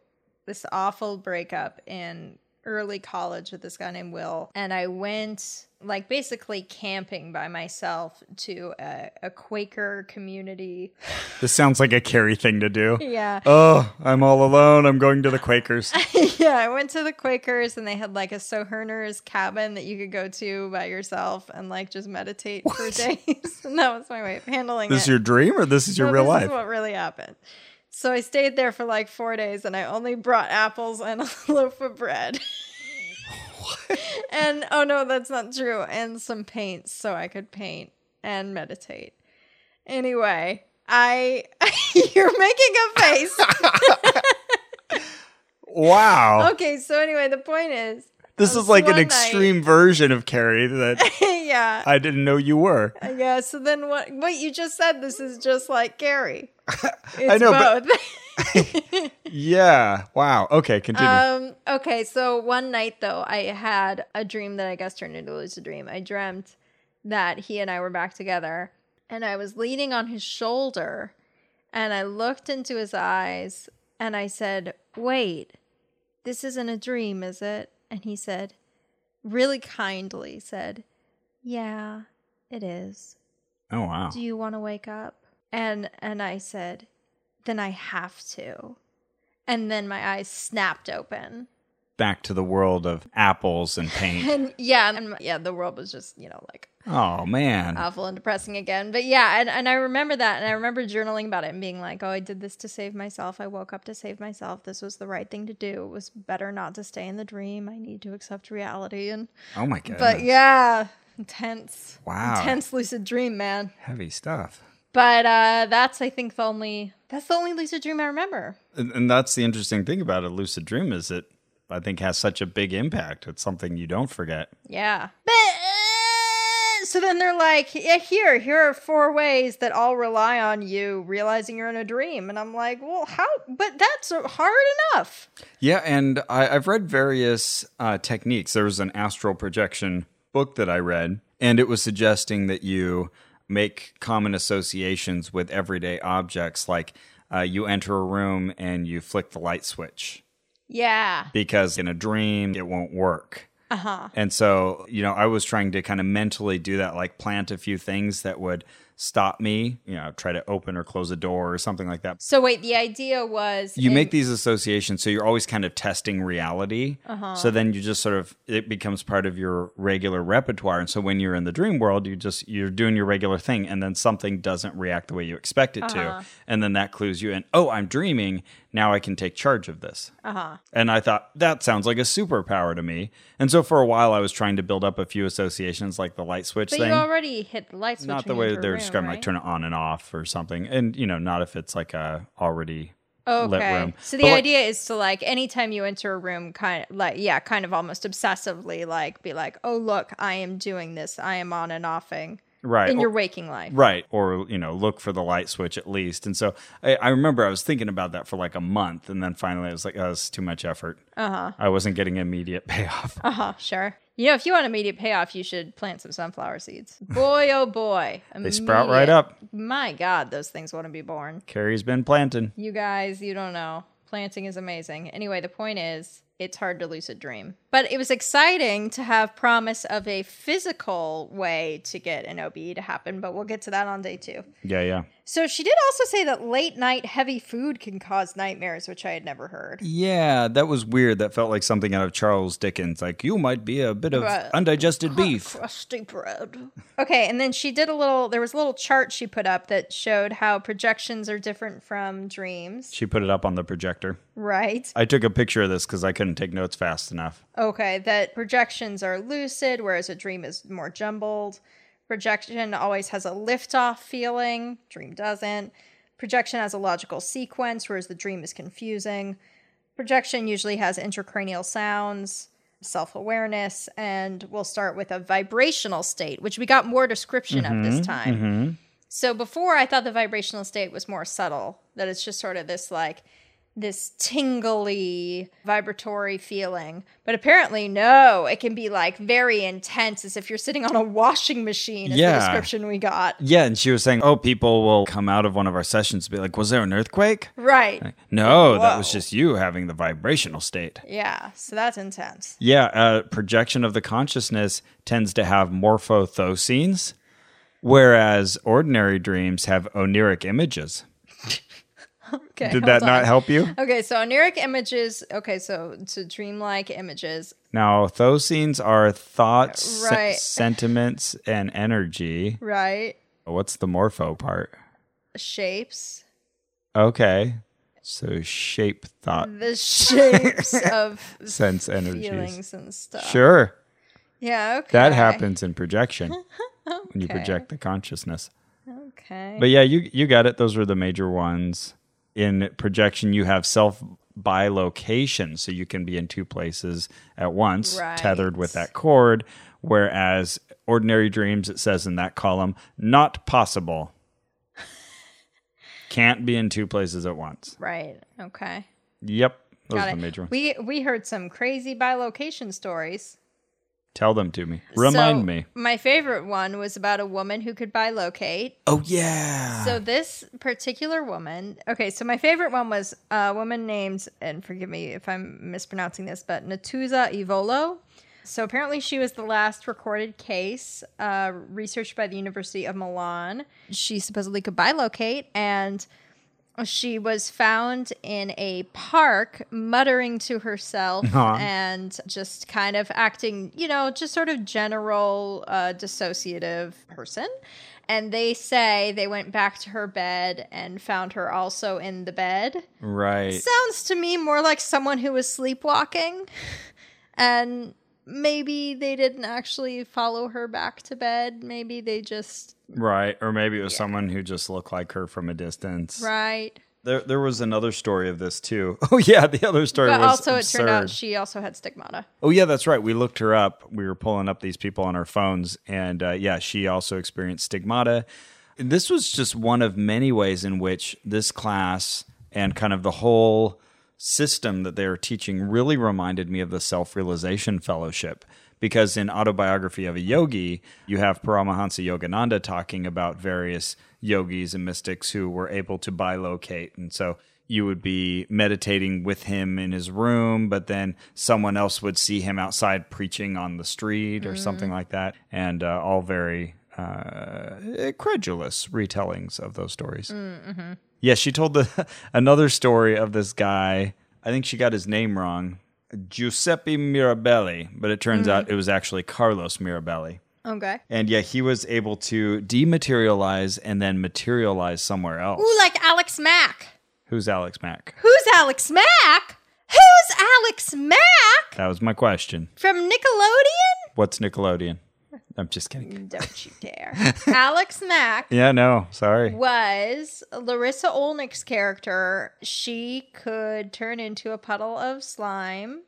Speaker 3: this awful breakup in early college with this guy named Will, and I went like basically camping by myself to a, a Quaker community.
Speaker 2: This sounds like a Carrie thing to do.
Speaker 3: Yeah.
Speaker 2: Oh, I'm all alone. I'm going to the Quakers.
Speaker 3: yeah, I went to the Quakers and they had like a Soherner's cabin that you could go to by yourself and like just meditate for days. and that was my way of handling
Speaker 2: this
Speaker 3: it.
Speaker 2: your dream or this is your
Speaker 3: No,
Speaker 2: real
Speaker 3: this
Speaker 2: life?
Speaker 3: is what really happened. So I stayed there for like four days and I only brought apples and a loaf of bread. and oh no, that's not true. And some paints so I could paint and meditate. Anyway, I you're making a face.
Speaker 2: wow.
Speaker 3: okay, so anyway, the point Oh, is
Speaker 2: this is
Speaker 3: was
Speaker 2: like an
Speaker 3: one night-
Speaker 2: extreme version of Carrie that
Speaker 3: yeah.
Speaker 2: I didn't know you were.
Speaker 3: Yeah, so then what what you just said this is just like Gary. It's
Speaker 2: know, but-
Speaker 3: both.
Speaker 2: Yeah. Wow. Okay, continue.
Speaker 3: um okay, so one night though I had a dream that I guess turned into a lucid dream. I dreamt that he and I were back together and I was leaning on his shoulder and I looked into his eyes and I said, "Wait. This isn't a dream, is it?" And he said, really kindly said, "Yeah, it is."
Speaker 2: oh, wow.
Speaker 3: do you want to wake up and and i said then i have to and then my eyes snapped open
Speaker 2: Back to the world of apples and paint.
Speaker 3: and yeah and yeah the world was just you know like
Speaker 2: oh, man.
Speaker 3: awful and depressing again but yeah and, and i remember that and i remember journaling about it and being like oh i did this to save myself i woke up to save myself this was the right thing to do it was better not to stay in the dream i need to accept reality and
Speaker 2: oh, my goodness.
Speaker 3: but yeah intense
Speaker 2: Wow.
Speaker 3: intense lucid dream man
Speaker 2: Heavy stuff.
Speaker 3: But uh, that's I think the only that's the only lucid dream I remember.
Speaker 2: And, and that's the interesting thing about a lucid dream is it, I think, has such a big impact. It's something you don't forget.
Speaker 3: Yeah. But uh, so then they're like, yeah, here, here are four ways that all rely on you realizing you're in a dream, and I'm like, well, how? But that's hard enough.
Speaker 2: Yeah, and I, I've read various uh, techniques. There was an astral projection book that I read, and it was suggesting that you make common associations with everyday objects, like uh, you enter a room and you flick the light switch,
Speaker 3: Yeah.
Speaker 2: because in a dream, it won't work. Uh-huh. And so, you know, I was trying to kind of mentally do that, like plant a few things that would stop me, you know, try to open or close a door or something like that.
Speaker 3: So wait, the idea was
Speaker 2: You make these associations, so you're always kind of testing reality.
Speaker 3: Uh-huh.
Speaker 2: So then you just sort of it becomes part of your regular repertoire. And so when you're in the dream world, you just you're doing your regular thing, and then something doesn't react the way you expect it
Speaker 3: Uh-huh.
Speaker 2: to, and then that clues you in. Oh, I'm dreaming. Now I can take charge of this. Uh-huh. And I thought that sounds like a superpower to me. And so for a while, I was trying to build up a few associations, like the light switch
Speaker 3: But
Speaker 2: thing
Speaker 3: you already hit the light switch.
Speaker 2: not the
Speaker 3: when you
Speaker 2: way
Speaker 3: enter a
Speaker 2: they're
Speaker 3: room,
Speaker 2: describing
Speaker 3: right?
Speaker 2: like turn it on and off or something and you know not if it's like a already lit room
Speaker 3: So the
Speaker 2: But, like,
Speaker 3: idea is to like anytime you enter a room, kind of like yeah, kind of almost obsessively like be like, oh look, I am doing this. I am on and offing
Speaker 2: right
Speaker 3: in
Speaker 2: or-
Speaker 3: your waking life.
Speaker 2: right or you know look for the light switch at least and so I, I remember i was thinking about that for like a month and then finally i was like oh it's too much effort uh-huh i wasn't getting immediate payoff
Speaker 3: Uh huh. Sure. You know, if you want immediate payoff, you should plant some sunflower seeds. Boy, oh boy,
Speaker 2: they sprout right up
Speaker 3: My God, those things want to be born.
Speaker 2: carrie's been planting
Speaker 3: You guys, you don't know. Planting is amazing. Anyway, the point is, it's hard to lucid dream. But it was exciting to have promise of a physical way to get an OBE to happen, but we'll get to that on day two.
Speaker 2: yeah yeah
Speaker 3: So she did also say that late night heavy food can cause nightmares, which I had never heard.
Speaker 2: yeah that was weird that felt like something out of charles dickens like you might be a bit of
Speaker 3: Right.
Speaker 2: undigested beef
Speaker 3: Crusty bread. Okay, and then she did a little, there was a little chart she put up that showed how projections are different from dreams.
Speaker 2: she put it up on the projector
Speaker 3: Right.
Speaker 2: I took a picture of this because I couldn't take notes fast enough.
Speaker 3: Okay, that projections are lucid, whereas a dream is more jumbled. Projection always has a liftoff feeling, dream doesn't. Projection has a logical sequence, whereas the dream is confusing. Projection usually has intracranial sounds, self awareness, and we'll start with a vibrational state, which we got more description of
Speaker 2: Mm-hmm,
Speaker 3: this time. So before I thought the vibrational state was more subtle, that it's just sort of this like this tingly vibratory feeling. But apparently, no, it can be like very intense, as if you're sitting on a washing machine. Is
Speaker 2: Yeah.
Speaker 3: the description we got.
Speaker 2: Yeah, and she was saying, "Oh, people will come out of one of our sessions and be like, was there an earthquake?"
Speaker 3: Right.
Speaker 2: No, that was
Speaker 3: Whoa.
Speaker 2: just you having the vibrational state.
Speaker 3: Yeah. So that's intense.
Speaker 2: Yeah, uh, projection of the consciousness tends to have morphothoscenes, whereas ordinary dreams have oniric images. Did
Speaker 3: Okay. hold
Speaker 2: that not
Speaker 3: on.
Speaker 2: help you?
Speaker 3: Okay, so oniric images. Okay, so to dreamlike images.
Speaker 2: Now, thoscenes are thoughts, sen-
Speaker 3: Right.
Speaker 2: sentiments, and energy.
Speaker 3: Right.
Speaker 2: What's the morpho part?
Speaker 3: Shapes.
Speaker 2: Okay. So shape, thought,
Speaker 3: The shapes of
Speaker 2: sense, energies.
Speaker 3: feelings and stuff.
Speaker 2: Oh, Sure.
Speaker 3: Yeah, okay.
Speaker 2: That happens in projection when you
Speaker 3: Okay.
Speaker 2: project the consciousness.
Speaker 3: Okay.
Speaker 2: But yeah, you you got it. Those were the major ones. In projection, you have self by location, so you can be in two places at once,
Speaker 3: Right.
Speaker 2: tethered with that cord. Whereas ordinary dreams, it says in that column, not possible. Can't be in two places at once.
Speaker 3: right. Okay.
Speaker 2: Yep, those
Speaker 3: Got
Speaker 2: are
Speaker 3: it.
Speaker 2: the major ones.
Speaker 3: We we heard some crazy by location stories.
Speaker 2: Tell them to me. Remind
Speaker 3: So,
Speaker 2: me.
Speaker 3: My favorite one was about a woman who could bilocate.
Speaker 2: Oh yeah.
Speaker 3: So this particular woman, okay. So my favorite one was a woman named, and forgive me if I'm mispronouncing this, but Natuza Ivolo. So apparently, she was the last recorded case uh, researched by the University of Milan. She supposedly could bilocate, and she was found in a park muttering to herself
Speaker 2: Aw.
Speaker 3: and just kind of acting, you know, just sort of general uh, dissociative person. And they say they went back to her bed and found her also in the bed.
Speaker 2: right.
Speaker 3: Sounds to me more like someone who was sleepwalking. And maybe they didn't actually follow her back to bed. Maybe they just,
Speaker 2: right. Or maybe it was someone who just looked like her from a distance.
Speaker 3: right.
Speaker 2: There, there was another story of this too. Oh yeah, the other story
Speaker 3: But
Speaker 2: was
Speaker 3: also,
Speaker 2: absurd.
Speaker 3: it turned out she also had stigmata.
Speaker 2: oh yeah, that's right. We looked her up. We were pulling up these people on our phones, and uh, yeah, she also experienced stigmata. This was just one of many ways in which this class and kind of the whole system that they were teaching really reminded me of the Self Realization Fellowship. Because in Autobiography of a Yogi, you have Paramahansa Yogananda talking about various yogis and mystics who were able to bilocate. And so you would be meditating with him in his room, but then someone else would see him outside preaching on the street or something like that. And uh, all very uh, credulous retellings of those stories. Yeah, she told the, another story of this guy. I think she got his name wrong Giuseppe Mirabelli, but it
Speaker 3: Hmm.
Speaker 2: turns out it was actually Carlos Mirabelli.
Speaker 3: Okay.
Speaker 2: And yeah, he was able to dematerialize and then materialize somewhere else.
Speaker 3: Ooh, like Alex Mack.
Speaker 2: Who's Alex Mack?
Speaker 3: Who's Alex Mack? Who's Alex Mack
Speaker 2: That was my question.
Speaker 3: from Nickelodeon?
Speaker 2: What's Nickelodeon? I'm just kidding.
Speaker 3: Don't you dare. Alex Mack
Speaker 2: Yeah, no, sorry.
Speaker 3: was Larissa Olnick's character. She could turn into a puddle of slime.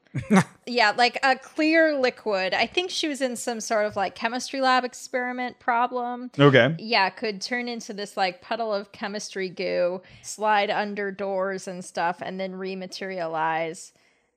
Speaker 3: yeah, like a clear liquid. I think she was in some sort of like chemistry lab experiment problem.
Speaker 2: Okay.
Speaker 3: yeah, could turn into this like puddle of chemistry goo, slide under doors and stuff, and then rematerialize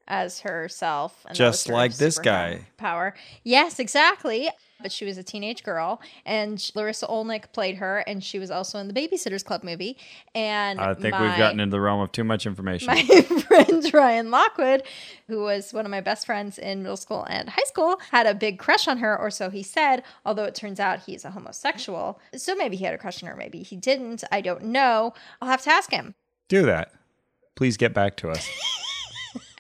Speaker 3: as herself. And that was
Speaker 2: Just
Speaker 3: her
Speaker 2: like this
Speaker 3: superpower.
Speaker 2: guy.
Speaker 3: Power. Yes, exactly. But she was a teenage girl, and sh- Larissa Olnick played her, and she was also in the Babysitters Club movie. And
Speaker 2: I think
Speaker 3: my-
Speaker 2: we've gotten into the realm of too much information.
Speaker 3: my friend Ryan Lockwood, who was one of my best friends in middle school and high school, had a big crush on her, or so he said, although it turns out he's a homosexual. So maybe he had a crush on her, maybe he didn't. I don't know. I'll have to ask him.
Speaker 2: Do that. Please get back to us.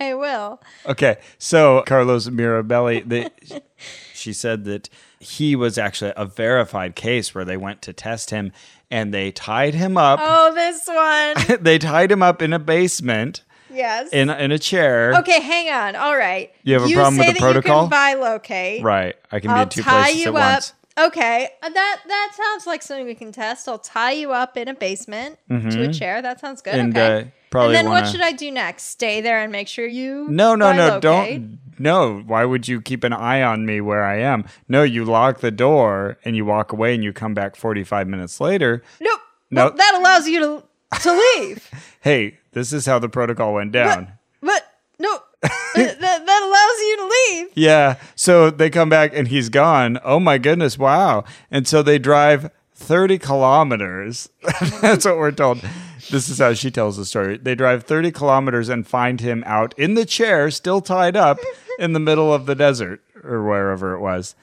Speaker 3: I will.
Speaker 2: Okay, so Carlos Mirabelli, the, she said that he was actually a verified case where they went to test him and they tied him up.
Speaker 3: Oh, this one.
Speaker 2: they tied him up in a basement
Speaker 3: Yes.
Speaker 2: in in a chair.
Speaker 3: okay, hang on. All right.
Speaker 2: You have a problem with
Speaker 3: say
Speaker 2: the
Speaker 3: that you
Speaker 2: protocol?
Speaker 3: can bilocate.
Speaker 2: Right, I can be
Speaker 3: I'll
Speaker 2: in two
Speaker 3: tie
Speaker 2: places at
Speaker 3: you up.
Speaker 2: once.
Speaker 3: Okay, uh, that that sounds like something we can test. I'll tie you up in a basement to a chair. That sounds good.
Speaker 2: Mm-hmm. And,
Speaker 3: okay.
Speaker 2: uh, probably
Speaker 3: and then
Speaker 2: wanna-
Speaker 3: what should I do next? Stay there and make sure you
Speaker 2: No, no, no,
Speaker 3: bilocate?
Speaker 2: don't. No, why would you keep an eye on me where I am? No, you lock the door and you walk away and you come back 45 minutes later.
Speaker 3: Nope.
Speaker 2: No.
Speaker 3: Well, that allows you to to leave.
Speaker 2: Hey, this is how the protocol went down.
Speaker 3: But no, uh, that, that allows you to leave.
Speaker 2: Yeah. So they come back and he's gone. Oh my goodness. Wow. And so they drive 30 kilometers. That's what we're told. This is how she tells the story. They drive 30 kilometers and find him out in the chair, still tied up in the middle of the desert or wherever it was.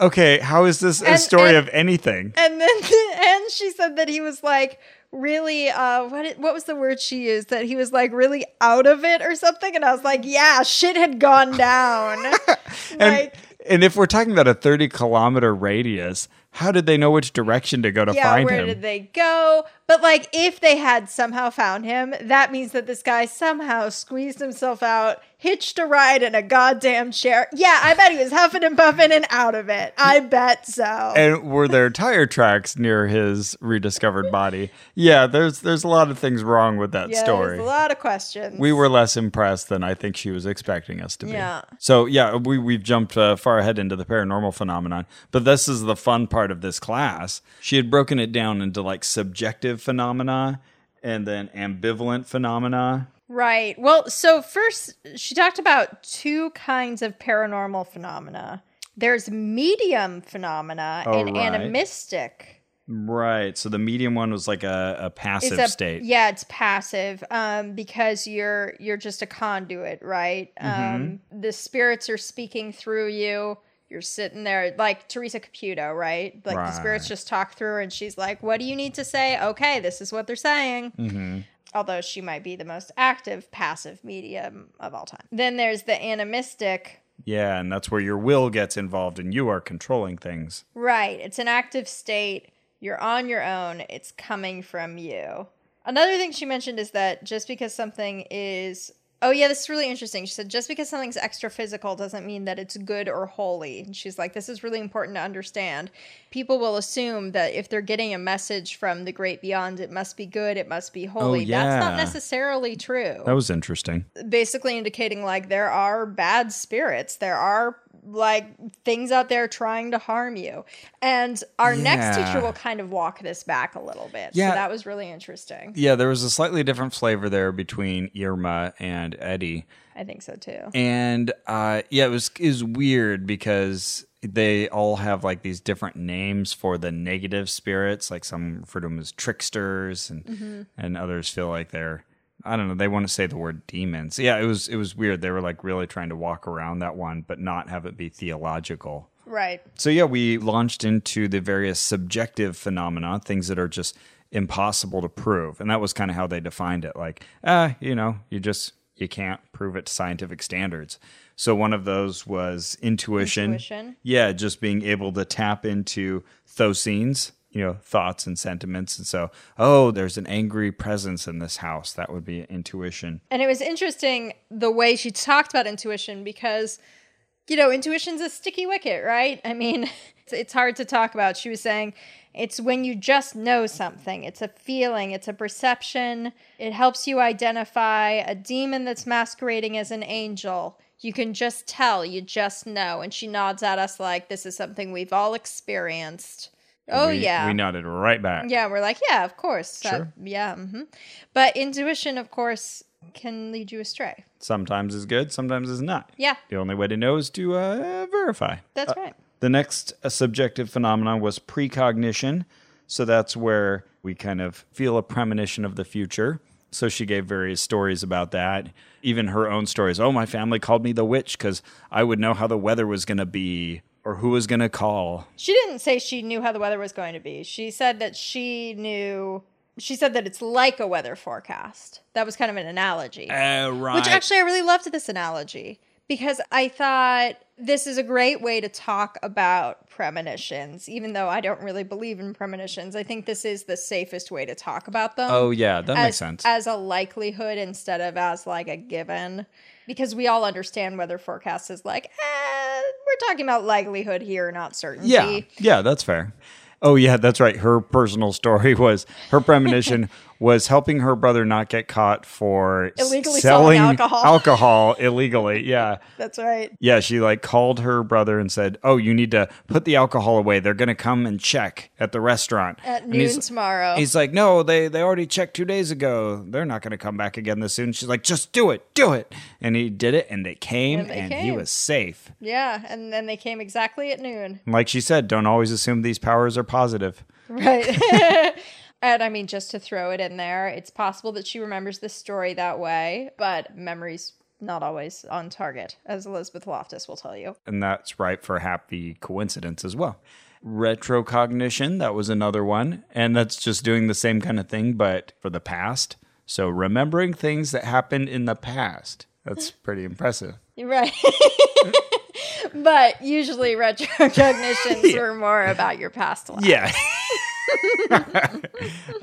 Speaker 2: Okay. How is this a
Speaker 3: And-
Speaker 2: story
Speaker 3: and-
Speaker 2: of anything?
Speaker 3: And then, and she said that he was like really, uh, what it- what was the word she used? That he was like really out of it or something. And I was like, yeah, shit had gone down.
Speaker 2: And,
Speaker 3: like,
Speaker 2: and if we're talking about a 30 kilometer radius, how did they know which direction to go to
Speaker 3: yeah,
Speaker 2: find
Speaker 3: where
Speaker 2: him?
Speaker 3: did they go? But like, if they had somehow found him, that means that this guy somehow squeezed himself out, hitched a ride in a goddamn chair. Yeah, I bet he was huffing and puffing and out of it. I bet so.
Speaker 2: and were there tire tracks near his rediscovered body? Yeah, there's there's a lot of things wrong with that
Speaker 3: yeah,
Speaker 2: story.
Speaker 3: There's a lot of questions.
Speaker 2: We were less impressed than I think she was expecting us to be.
Speaker 3: Yeah.
Speaker 2: So yeah, we we've jumped uh, far ahead into the paranormal phenomenon, but this is the fun part of this class. She had broken it down into like subjective phenomena and then ambivalent phenomena.
Speaker 3: Right. Well, so first, she talked about two kinds of paranormal phenomena there's medium phenomena
Speaker 2: Oh,
Speaker 3: and
Speaker 2: right.
Speaker 3: animistic.
Speaker 2: Right. So the medium one was like a, a passive
Speaker 3: a,
Speaker 2: state.
Speaker 3: Yeah, it's passive um, because you're you're just a conduit, right? Um,
Speaker 2: Mm-hmm.
Speaker 3: the spirits are speaking through you. You're sitting there like Teresa Caputo, right? Like the spirits
Speaker 2: Right.
Speaker 3: just talk through, her and she's like, "What do you need to say? Okay, this is what they're saying."
Speaker 2: Mm-hmm.
Speaker 3: Although she might be the most active passive medium of all time. Then there's the animistic
Speaker 2: Yeah, and that's where your will gets involved and you are controlling things.
Speaker 3: Right. It's an active state. You're on your own. It's coming from you. Another thing she mentioned is that just because something is. Oh, yeah, this is really interesting. She said, just because something's extra physical doesn't mean that it's good or holy. And she's like, this is really important to understand. People will assume that if they're getting a message from the great beyond, it must be good, it must be holy. That's not
Speaker 2: Oh, yeah.
Speaker 3: necessarily true
Speaker 2: That was interesting.
Speaker 3: basically indicating like there are bad spirits there are like things out there trying to harm you and our next
Speaker 2: Yeah.
Speaker 3: teacher will kind of walk this back a little bit
Speaker 2: Yeah.
Speaker 3: so that was really interesting
Speaker 2: Yeah, there was a slightly different flavor there between Irma and Eddie.
Speaker 3: i think so too
Speaker 2: And uh, yeah, it was is weird because they all have like these different names for the negative spirits. Like some refer to them as tricksters, and and others feel like they're I don't know. They want to say the word demons. Yeah, it was it was weird. They were like really trying to walk around that one, but not have it be theological.
Speaker 3: right
Speaker 2: So yeah, we launched into the various subjective phenomena, things that are just impossible to prove, and that was kind of how they defined it. Like, ah, you know, you just you can't prove it to scientific standards. So one of those was intuition.
Speaker 3: Intuition.
Speaker 2: Yeah, just being able to tap into thocenes, you know, thoughts and sentiments. And so, oh, there's an angry presence in this house. That would be intuition.
Speaker 3: and it was interesting the way she talked about intuition because you know intuition's a sticky wicket right i mean it's, it's hard to talk about she was saying it's when you just know something it's a feeling it's a perception it helps you identify a demon that's masquerading as an angel you can just tell you just know and she nods at us like this is something we've all experienced oh
Speaker 2: We-
Speaker 3: yeah
Speaker 2: we nodded right back.
Speaker 3: yeah, we're like, yeah, of course. That-
Speaker 2: Sure.
Speaker 3: yeah. hmm But intuition, of course, can lead you astray.
Speaker 2: Sometimes is good, sometimes is not.
Speaker 3: Yeah,
Speaker 2: The only way to know is to uh, verify.
Speaker 3: that's right.
Speaker 2: The next uh, subjective phenomenon was precognition. So that's where we kind of feel a premonition of the future. So she gave various stories about that, even her own stories. Oh, my family called me the witch because I would know how the weather was going to be or who was going to call.
Speaker 3: She didn't say she knew how the weather was going to be. She said that she knew. She said that it's like a weather forecast. That was kind of an analogy.
Speaker 2: Uh, right.
Speaker 3: Which actually, I really loved this analogy because I thought this is a great way to talk about premonitions, even though I don't really believe in premonitions. I think this is the safest way to talk about them.
Speaker 2: oh, yeah, that
Speaker 3: as,
Speaker 2: makes sense.
Speaker 3: as a likelihood instead of as like a given because we all understand weather forecast is like eh, we're talking about likelihood here not certainty
Speaker 2: yeah, yeah, that's fair. Oh yeah, that's right. Her personal story was her premonition was helping her brother not get caught for s-
Speaker 3: Illegally selling alcohol.
Speaker 2: alcohol illegally. Yeah.
Speaker 3: That's right.
Speaker 2: Yeah, she like called her brother and said, "Oh, you need to put the alcohol away. They're going to come and check at the restaurant
Speaker 3: At
Speaker 2: And
Speaker 3: noon
Speaker 2: he's-
Speaker 3: tomorrow.
Speaker 2: He's like, "No, they they already checked 2 days ago. They're not going to come back again this soon." She's like, "Just do it. Do it." And he did it and they came and,
Speaker 3: And they
Speaker 2: he
Speaker 3: came.
Speaker 2: was safe.
Speaker 3: Yeah, and then they came exactly at noon.
Speaker 2: And like she said, don't always assume these powers are positive.
Speaker 3: Right. and I mean, just to throw it in there, it's possible that she remembers this story that way, but memory's not always on target, as Elizabeth Loftus will tell you.
Speaker 2: and that's ripe for happy coincidence as well. Retrocognition, that was another one. And that's just doing the same kind of thing, but for the past. So remembering things that happened in the past. That's pretty impressive.
Speaker 3: You're right. but usually retrocognitions were more about your past life.
Speaker 2: Yeah.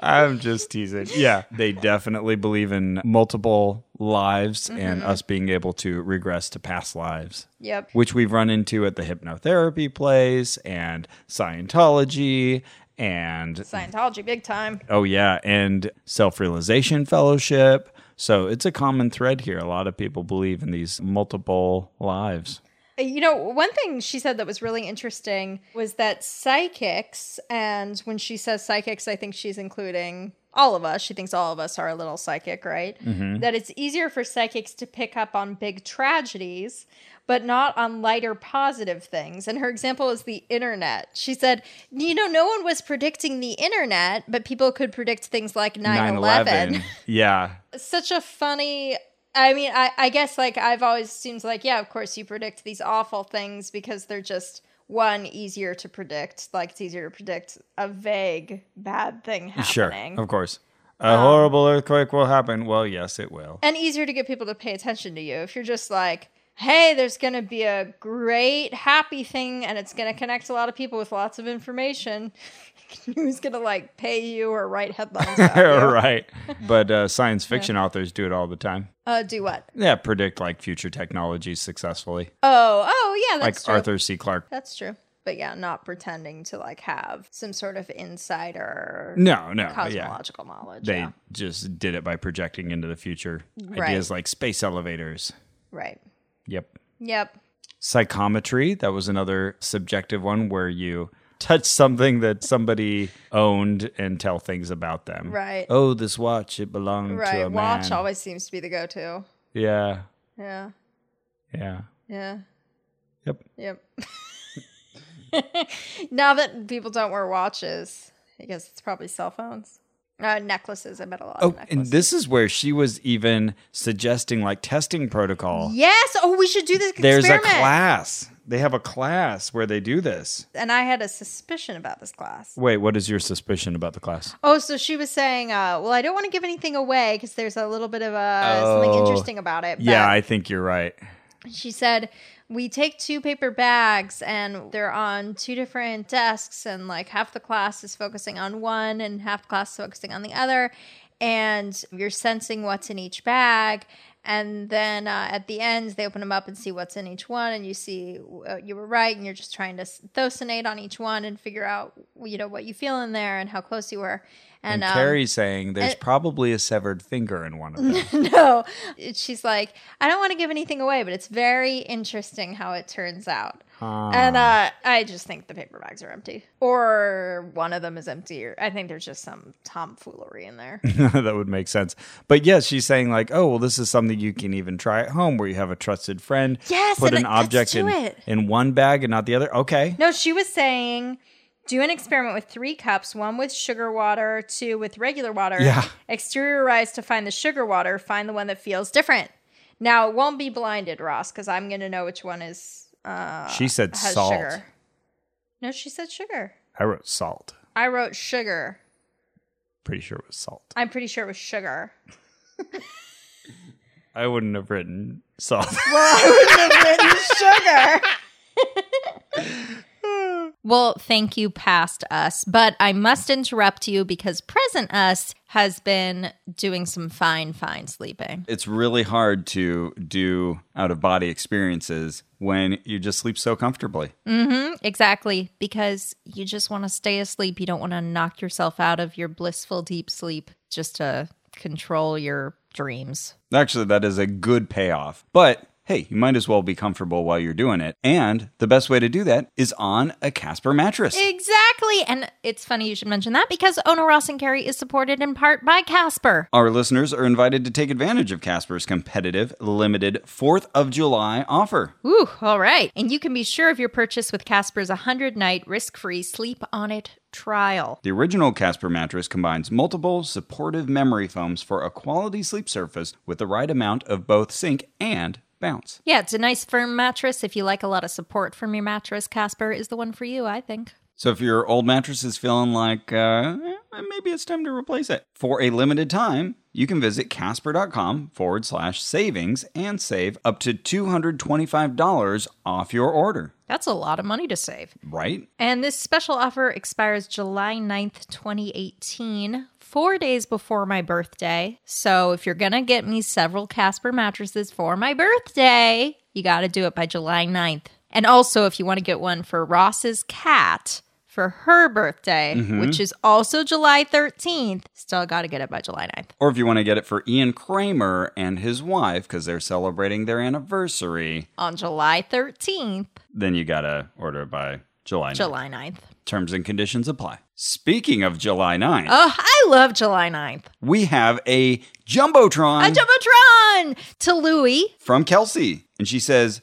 Speaker 2: I'm just teasing. Yeah. They definitely believe in multiple lives and us being able to regress to past lives.
Speaker 3: Yep.
Speaker 2: which we've run into at the hypnotherapy place and Scientology and
Speaker 3: Scientology, big time.
Speaker 2: oh yeah, and self-realization fellowship. So it's a common thread here. A lot of people believe in these multiple lives.
Speaker 3: You know, one thing she said that was really interesting was that psychics, and when she says psychics, I think she's including all of us. She thinks all of us are a little psychic, right? That it's easier for psychics to pick up on big tragedies, but not on lighter positive things. And her example is the internet. She said, you know, no one was predicting the internet, but people could predict things like 9 11
Speaker 2: Yeah.
Speaker 3: such a funny i mean I, I guess like i've always seems like yeah of course you predict these awful things because they're just one easier to predict like it's easier to predict a vague bad thing
Speaker 2: Sure.
Speaker 3: happening Um,
Speaker 2: Of course. A horrible earthquake will happen. Well, yes, it will.
Speaker 3: and easier to get people to pay attention to you if you're just like hey there's going to be a great happy thing and it's going to connect a lot of people with lots of information who's going to like pay you or write headlines about you?
Speaker 2: right. But uh, science fiction authors do it all the time.
Speaker 3: uh, do what
Speaker 2: Yeah, predict like future technologies successfully.
Speaker 3: oh oh yeah that's
Speaker 2: like
Speaker 3: true.
Speaker 2: Arthur C. Clarke
Speaker 3: That's true. But yeah, not pretending to like have some sort of insider
Speaker 2: No, no, yeah.
Speaker 3: cosmological knowledge.
Speaker 2: They
Speaker 3: yeah.
Speaker 2: just did it by projecting into the future
Speaker 3: Right.
Speaker 2: ideas like space elevators.
Speaker 3: Right.
Speaker 2: Yep.
Speaker 3: Yep.
Speaker 2: Psychometry, that was another subjective one where you touch something that somebody owned and tell things about them.
Speaker 3: Right.
Speaker 2: Oh, this watch, it belonged to
Speaker 3: Right.
Speaker 2: a
Speaker 3: Watch
Speaker 2: man.
Speaker 3: always seems to be the go to.
Speaker 2: Yeah.
Speaker 3: Yeah.
Speaker 2: Yeah.
Speaker 3: Yeah.
Speaker 2: Yep.
Speaker 3: Yep. now that people don't wear watches, I guess it's probably cell phones. Uh, necklaces. I bet a lot
Speaker 2: Oh,
Speaker 3: of
Speaker 2: and
Speaker 3: necklaces.
Speaker 2: this is where she was even suggesting like testing protocol.
Speaker 3: yes. Oh, we should do this
Speaker 2: There's
Speaker 3: experiment.
Speaker 2: a class. They have a class where they do this.
Speaker 3: And I had a suspicion about this class.
Speaker 2: Wait, what is your suspicion about the class?
Speaker 3: Oh, so she was saying, uh, well, I don't want to give anything away because there's a little bit of uh, something
Speaker 2: Oh.
Speaker 3: interesting about it. But
Speaker 2: Yeah, I think you're right.
Speaker 3: she said, we take two paper bags and they're on two different desks, and like half the class is focusing on one and half the class is focusing on the other. And you're sensing what's in each bag. And then uh, at the end, they open them up and see what's in each one, and you see uh, you were right, and you're just trying to thosinate on each one and figure out you know what you feel in there and how close you were.
Speaker 2: And,
Speaker 3: um,
Speaker 2: Carrie's saying there's probably a severed finger in one of them.
Speaker 3: no. She's like, I don't want to give anything away, but it's very interesting how it turns out. And
Speaker 2: Ah.
Speaker 3: uh, I just think the paper bags are empty, or one of them is empty. Or I think there's just some tomfoolery in there.
Speaker 2: that would make sense. But yes, she's saying like, oh well, this is something you can even try at home where you have a trusted friend.
Speaker 3: Yes,
Speaker 2: put an
Speaker 3: and it- let's
Speaker 2: object in
Speaker 3: do it.
Speaker 2: in one bag and not the other. Okay,
Speaker 3: no, she was saying, do an experiment with three cups: one with sugar water, two with regular water.
Speaker 2: Yeah.
Speaker 3: Exteriorize to find the sugar water. Find the one that feels different. Now it won't be blinded, Ross, because I'm gonna know which one is uh,
Speaker 2: she said
Speaker 3: has
Speaker 2: salt.
Speaker 3: sugar. No, she said sugar.
Speaker 2: I wrote salt.
Speaker 3: I wrote sugar.
Speaker 2: Pretty sure it was salt.
Speaker 3: I'm pretty sure it was sugar.
Speaker 2: I wouldn't have written salt.
Speaker 3: Well, I wouldn't have written sugar.
Speaker 1: Well, thank you, past us. But I must interrupt you because present us has been doing some fine, fine sleeping.
Speaker 2: It's really hard to do out of body experiences when you just sleep so comfortably.
Speaker 1: Exactly, because you just want to stay asleep. You don't want to knock yourself out of your blissful deep sleep just to control your dreams.
Speaker 2: Actually, that is a good payoff. But hey, you might as well be comfortable while you're doing it. And the best way to do that is on a Casper mattress.
Speaker 1: Exactly. And it's funny you should mention that because Ona Ross and Carrie is supported in part by Casper.
Speaker 2: Our listeners are invited to take advantage of Casper's competitive, limited 4th of July offer.
Speaker 1: Ooh, all right. And you can be sure of your purchase with Casper's 100 night risk free sleep on it trial.
Speaker 2: The original Casper mattress combines multiple supportive memory foams for a quality sleep surface with the right amount of both sink and bounce.
Speaker 1: Yeah, it's a nice firm mattress. If you like a lot of support from your mattress, Casper is the one for you, I think.
Speaker 2: So if your old mattress is feeling like uh, eh, maybe it's time to replace it, for a limited time, you can visit casper.com forward slash savings and save up to $225 off your order,
Speaker 1: That's a lot of money to save.
Speaker 2: right?
Speaker 1: And this special offer expires July 9th, 2018, four days before my birthday. So if you're going to get me several Casper mattresses for my birthday, you got to do it by July 9th. And also, if you want to get one for Ross's cat for her birthday, which is also July 13th, still got to get it by July 9th.
Speaker 2: Or if you want to get it for Ian Kramer and his wife because they're celebrating their anniversary,
Speaker 1: On July 13th,
Speaker 2: then you got to order it by July 9th.
Speaker 1: July 9th.
Speaker 2: Terms and conditions apply. Speaking of July 9th,
Speaker 1: Oh, I love July 9th.
Speaker 2: we have a Jumbotron
Speaker 1: A Jumbotron to Louis.
Speaker 2: from Kelsey. And she says,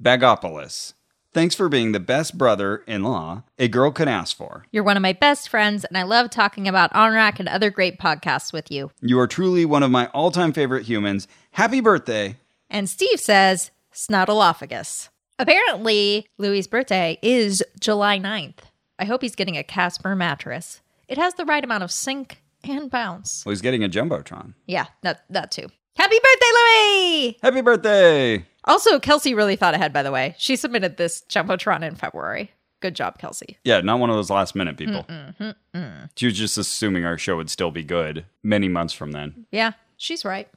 Speaker 2: Bagopolis, thanks for being the best brother in law a girl could ask for.
Speaker 1: You're one of my best friends, and I love talking about Onrak and other great podcasts with you.
Speaker 2: You are truly one of my all time favorite humans. Happy birthday.
Speaker 1: And Steve says, Snottolophagus. Apparently, Louis' birthday is July 9th. I hope he's getting a Casper mattress. It has the right amount of sink and bounce.
Speaker 2: Well, he's getting a Jumbotron.
Speaker 1: Yeah, that, that too. Happy birthday, Louis!
Speaker 2: Happy birthday.
Speaker 1: Also, Kelsey really thought ahead, by the way. She submitted this Jumbotron in February. Good job, Kelsey.
Speaker 2: Yeah, not one of those last minute people. She was just assuming our show would still be good many months from then.
Speaker 1: Yeah, she's right.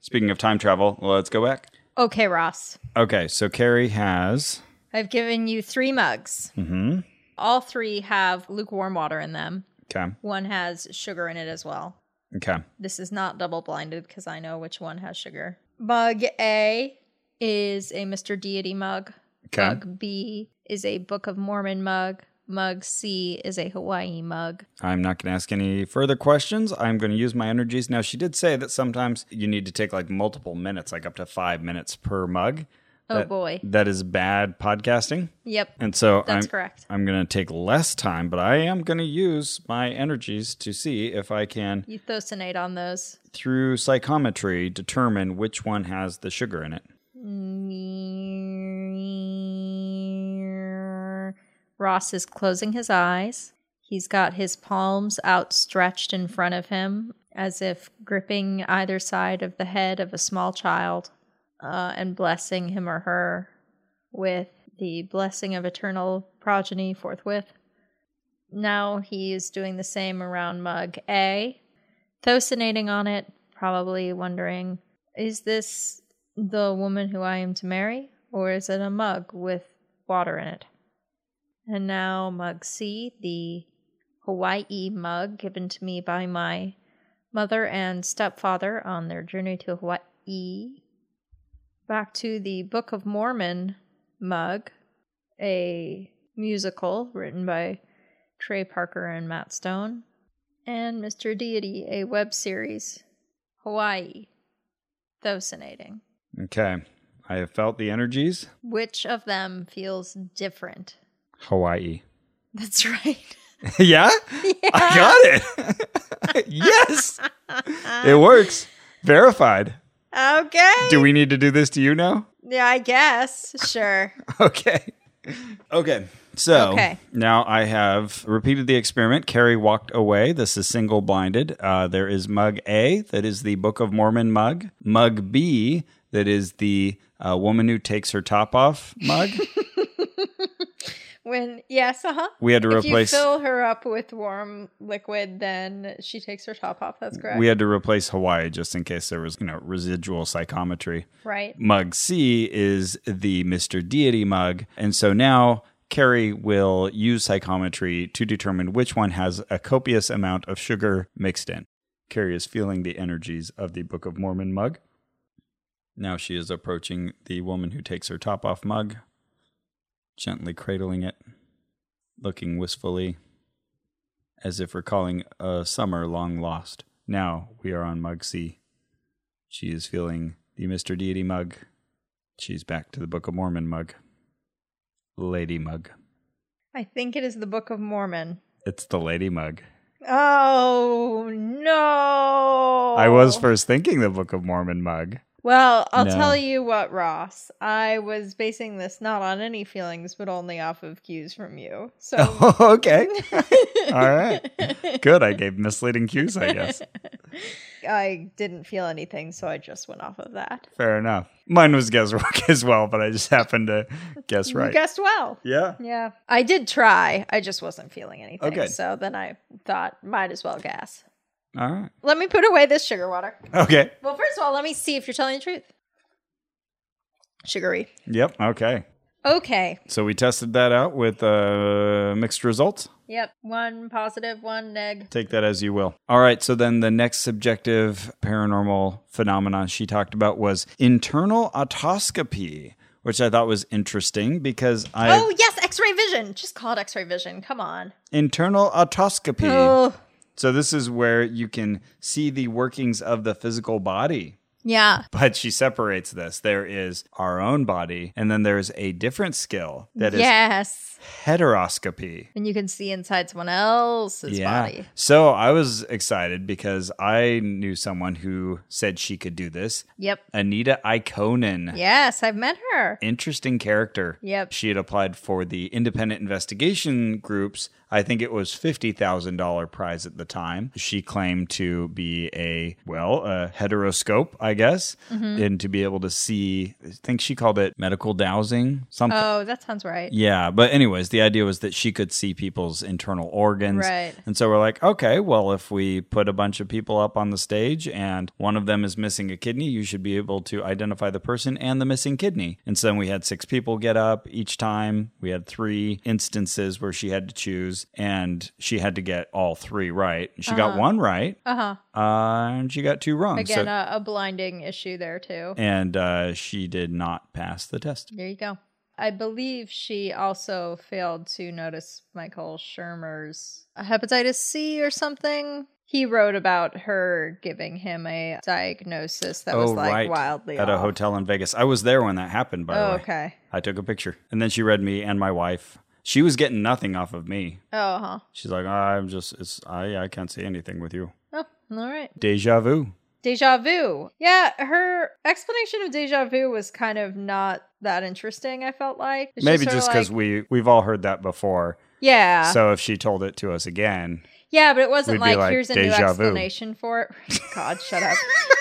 Speaker 2: Speaking of time travel, let's go back.
Speaker 3: Okay, Ross.
Speaker 2: Okay, so Carrie has.
Speaker 3: I've given you three mugs. Mm-hmm. All three have lukewarm water in them.
Speaker 2: Okay.
Speaker 3: One has sugar in it as well.
Speaker 2: Okay.
Speaker 3: This is not double blinded because I know which one has sugar. Mug A is a Mr. Deity mug.
Speaker 2: Okay.
Speaker 3: Mug B is a Book of Mormon mug. Mug C is a Hawaii mug.
Speaker 2: I'm not going to ask any further questions. I'm going to use my energies. Now, she did say that sometimes you need to take like multiple minutes, like up to five minutes per mug.
Speaker 3: Oh
Speaker 2: That-
Speaker 3: boy.
Speaker 2: That is bad podcasting.
Speaker 3: Yep.
Speaker 2: And so
Speaker 3: That's
Speaker 2: I'm,
Speaker 3: correct.
Speaker 2: I'm going to take less time, but I am going to use my energies to see if I can,
Speaker 3: You thocinate on those.
Speaker 2: through psychometry, determine which one has the sugar in it.
Speaker 3: Ross is closing his eyes. He's got his palms outstretched in front of him as if gripping either side of the head of a small child uh, and blessing him or her with the blessing of eternal progeny forthwith. Now he is doing the same around mug A, thocinating on it, probably wondering is this the woman who I am to marry, or is it a mug with water in it? And now, mug C, the Hawaii mug given to me by my mother and stepfather on their journey to Hawaii. Back to the Book of Mormon mug, a musical written by Trey Parker and Matt Stone. And Mr. Deity, a web series, Hawaii. Thocinating.
Speaker 2: Okay. I have felt the energies.
Speaker 3: Which of them feels different?
Speaker 2: Hawaii.
Speaker 3: That's right.
Speaker 2: yeah? I got it. yes. It works. Verified.
Speaker 3: Okay.
Speaker 2: Do we need to do this to you now?
Speaker 3: yeah, I guess. Sure.
Speaker 2: Okay. Okay. So
Speaker 3: Okay.
Speaker 2: now I have repeated the experiment. Carrie walked away. This is single blinded. Uh, there is mug A, that is the Book of Mormon mug. Mug B, that is the uh, woman who takes her top off mug.
Speaker 3: When yes, uh huh.
Speaker 2: We had to
Speaker 3: If
Speaker 2: replace.
Speaker 3: you fill her up with warm liquid, then she takes her top off. That's correct.
Speaker 2: we had to replace Hawaii just in case there was, you know, residual psychometry.
Speaker 3: right.
Speaker 2: Mug C is the Mr. Deity mug. And so now Carrie will use psychometry to determine which one has a copious amount of sugar mixed in. Carrie is feeling the energies of the Book of Mormon mug. Now she is approaching the woman who takes her top off mug, gently cradling it, looking wistfully as if recalling a summer long lost. Now we are on Mug C. She is feeling the Mr. Deity mug. She's back to the Book of Mormon mug. Lady mug.
Speaker 3: I think it is the Book of Mormon.
Speaker 2: It's the lady mug.
Speaker 3: Oh no!
Speaker 2: I was first thinking the Book of Mormon mug.
Speaker 3: Well, I'll
Speaker 2: No.
Speaker 3: tell you what, Ross. I was basing this not on any feelings, but only off of cues from you. So,
Speaker 2: Oh, okay. All right. Good. I gave misleading cues, I guess.
Speaker 3: I didn't feel anything, so I just went off of that.
Speaker 2: Fair enough. Mine was guesswork as well, but I just happened to guess
Speaker 3: You
Speaker 2: right.
Speaker 3: guessed well.
Speaker 2: yeah.
Speaker 3: Yeah, I did try. I just wasn't feeling
Speaker 2: Oh,
Speaker 3: anything.
Speaker 2: good.
Speaker 3: So then I thought, might as well gas.
Speaker 2: All right.
Speaker 3: Let me put away this sugar water.
Speaker 2: Okay.
Speaker 3: Well, first of all, let me see if you're telling the truth. Sugary.
Speaker 2: Yep. Okay.
Speaker 3: Okay.
Speaker 2: So we tested that out with uh, mixed results.
Speaker 3: Yep. One positive, one neg.
Speaker 2: Take that as you will. All right. So then the next subjective paranormal phenomenon she talked about was internal autoscopy, which I thought was interesting because I
Speaker 3: Oh yes, X-ray vision. Just call it X-ray vision. Come on.
Speaker 2: internal autoscopy.
Speaker 3: Oh
Speaker 2: So this is where you can see the workings of the physical body.
Speaker 3: yeah.
Speaker 2: But she separates this. There is our own body, and then there's a different skill that is
Speaker 3: yes.
Speaker 2: heteroscopy.
Speaker 3: And you can see inside someone else's body.
Speaker 2: So I was excited because I knew someone who said she could do this.
Speaker 3: Yep.
Speaker 2: Anita Ikonen.
Speaker 3: Yes, I've met her.
Speaker 2: Interesting character.
Speaker 3: Yep.
Speaker 2: She had applied for the independent investigation groups. I think it was $50,000 prize at the time. She claimed to be a, well, a heteroscope, I guess, and to be able to see, I think she called it medical dowsing, something.
Speaker 3: Oh, that sounds right.
Speaker 2: Yeah, but anyways, the idea was that she could see people's internal organs.
Speaker 3: Right.
Speaker 2: And so we're like, okay, well, if we put a bunch of people up on the stage and one of them is missing a kidney, you should be able to identify the person and the missing kidney. And so then we had six people get up each time. We had three instances where she had to choose and she had to get all three right. She got one right. Uh-huh. and she got two wrong.
Speaker 3: Again, uh-huh.
Speaker 2: So-
Speaker 3: a, a blinding issue there too.
Speaker 2: and uh, she did not pass the test.
Speaker 3: There you go. I believe she also failed to notice Michael Shermer's hepatitis C or something. He wrote about her giving him a diagnosis that was like wildly
Speaker 2: Oh, at a
Speaker 3: off.
Speaker 2: hotel in Vegas. I was there when that happened. By
Speaker 3: Oh,
Speaker 2: the way,
Speaker 3: okay.
Speaker 2: I took a picture, and then she read me and my wife. She was getting nothing off of me.
Speaker 3: Oh, huh.
Speaker 2: She's like, I'm just, it's, I, I can't see anything with you.
Speaker 3: Oh, all right.
Speaker 2: Deja vu.
Speaker 3: Deja vu. Yeah, her explanation of deja vu was kind of not that interesting, I felt like. It's
Speaker 2: Maybe
Speaker 3: sort of
Speaker 2: just because
Speaker 3: like-
Speaker 2: we we've all heard that before.
Speaker 3: Yeah.
Speaker 2: So if she told it to us again,
Speaker 3: Yeah, but it wasn't
Speaker 2: We'd be
Speaker 3: like,
Speaker 2: like,
Speaker 3: here's a new
Speaker 2: "Deja vu."
Speaker 3: explanation for it. God, shut up.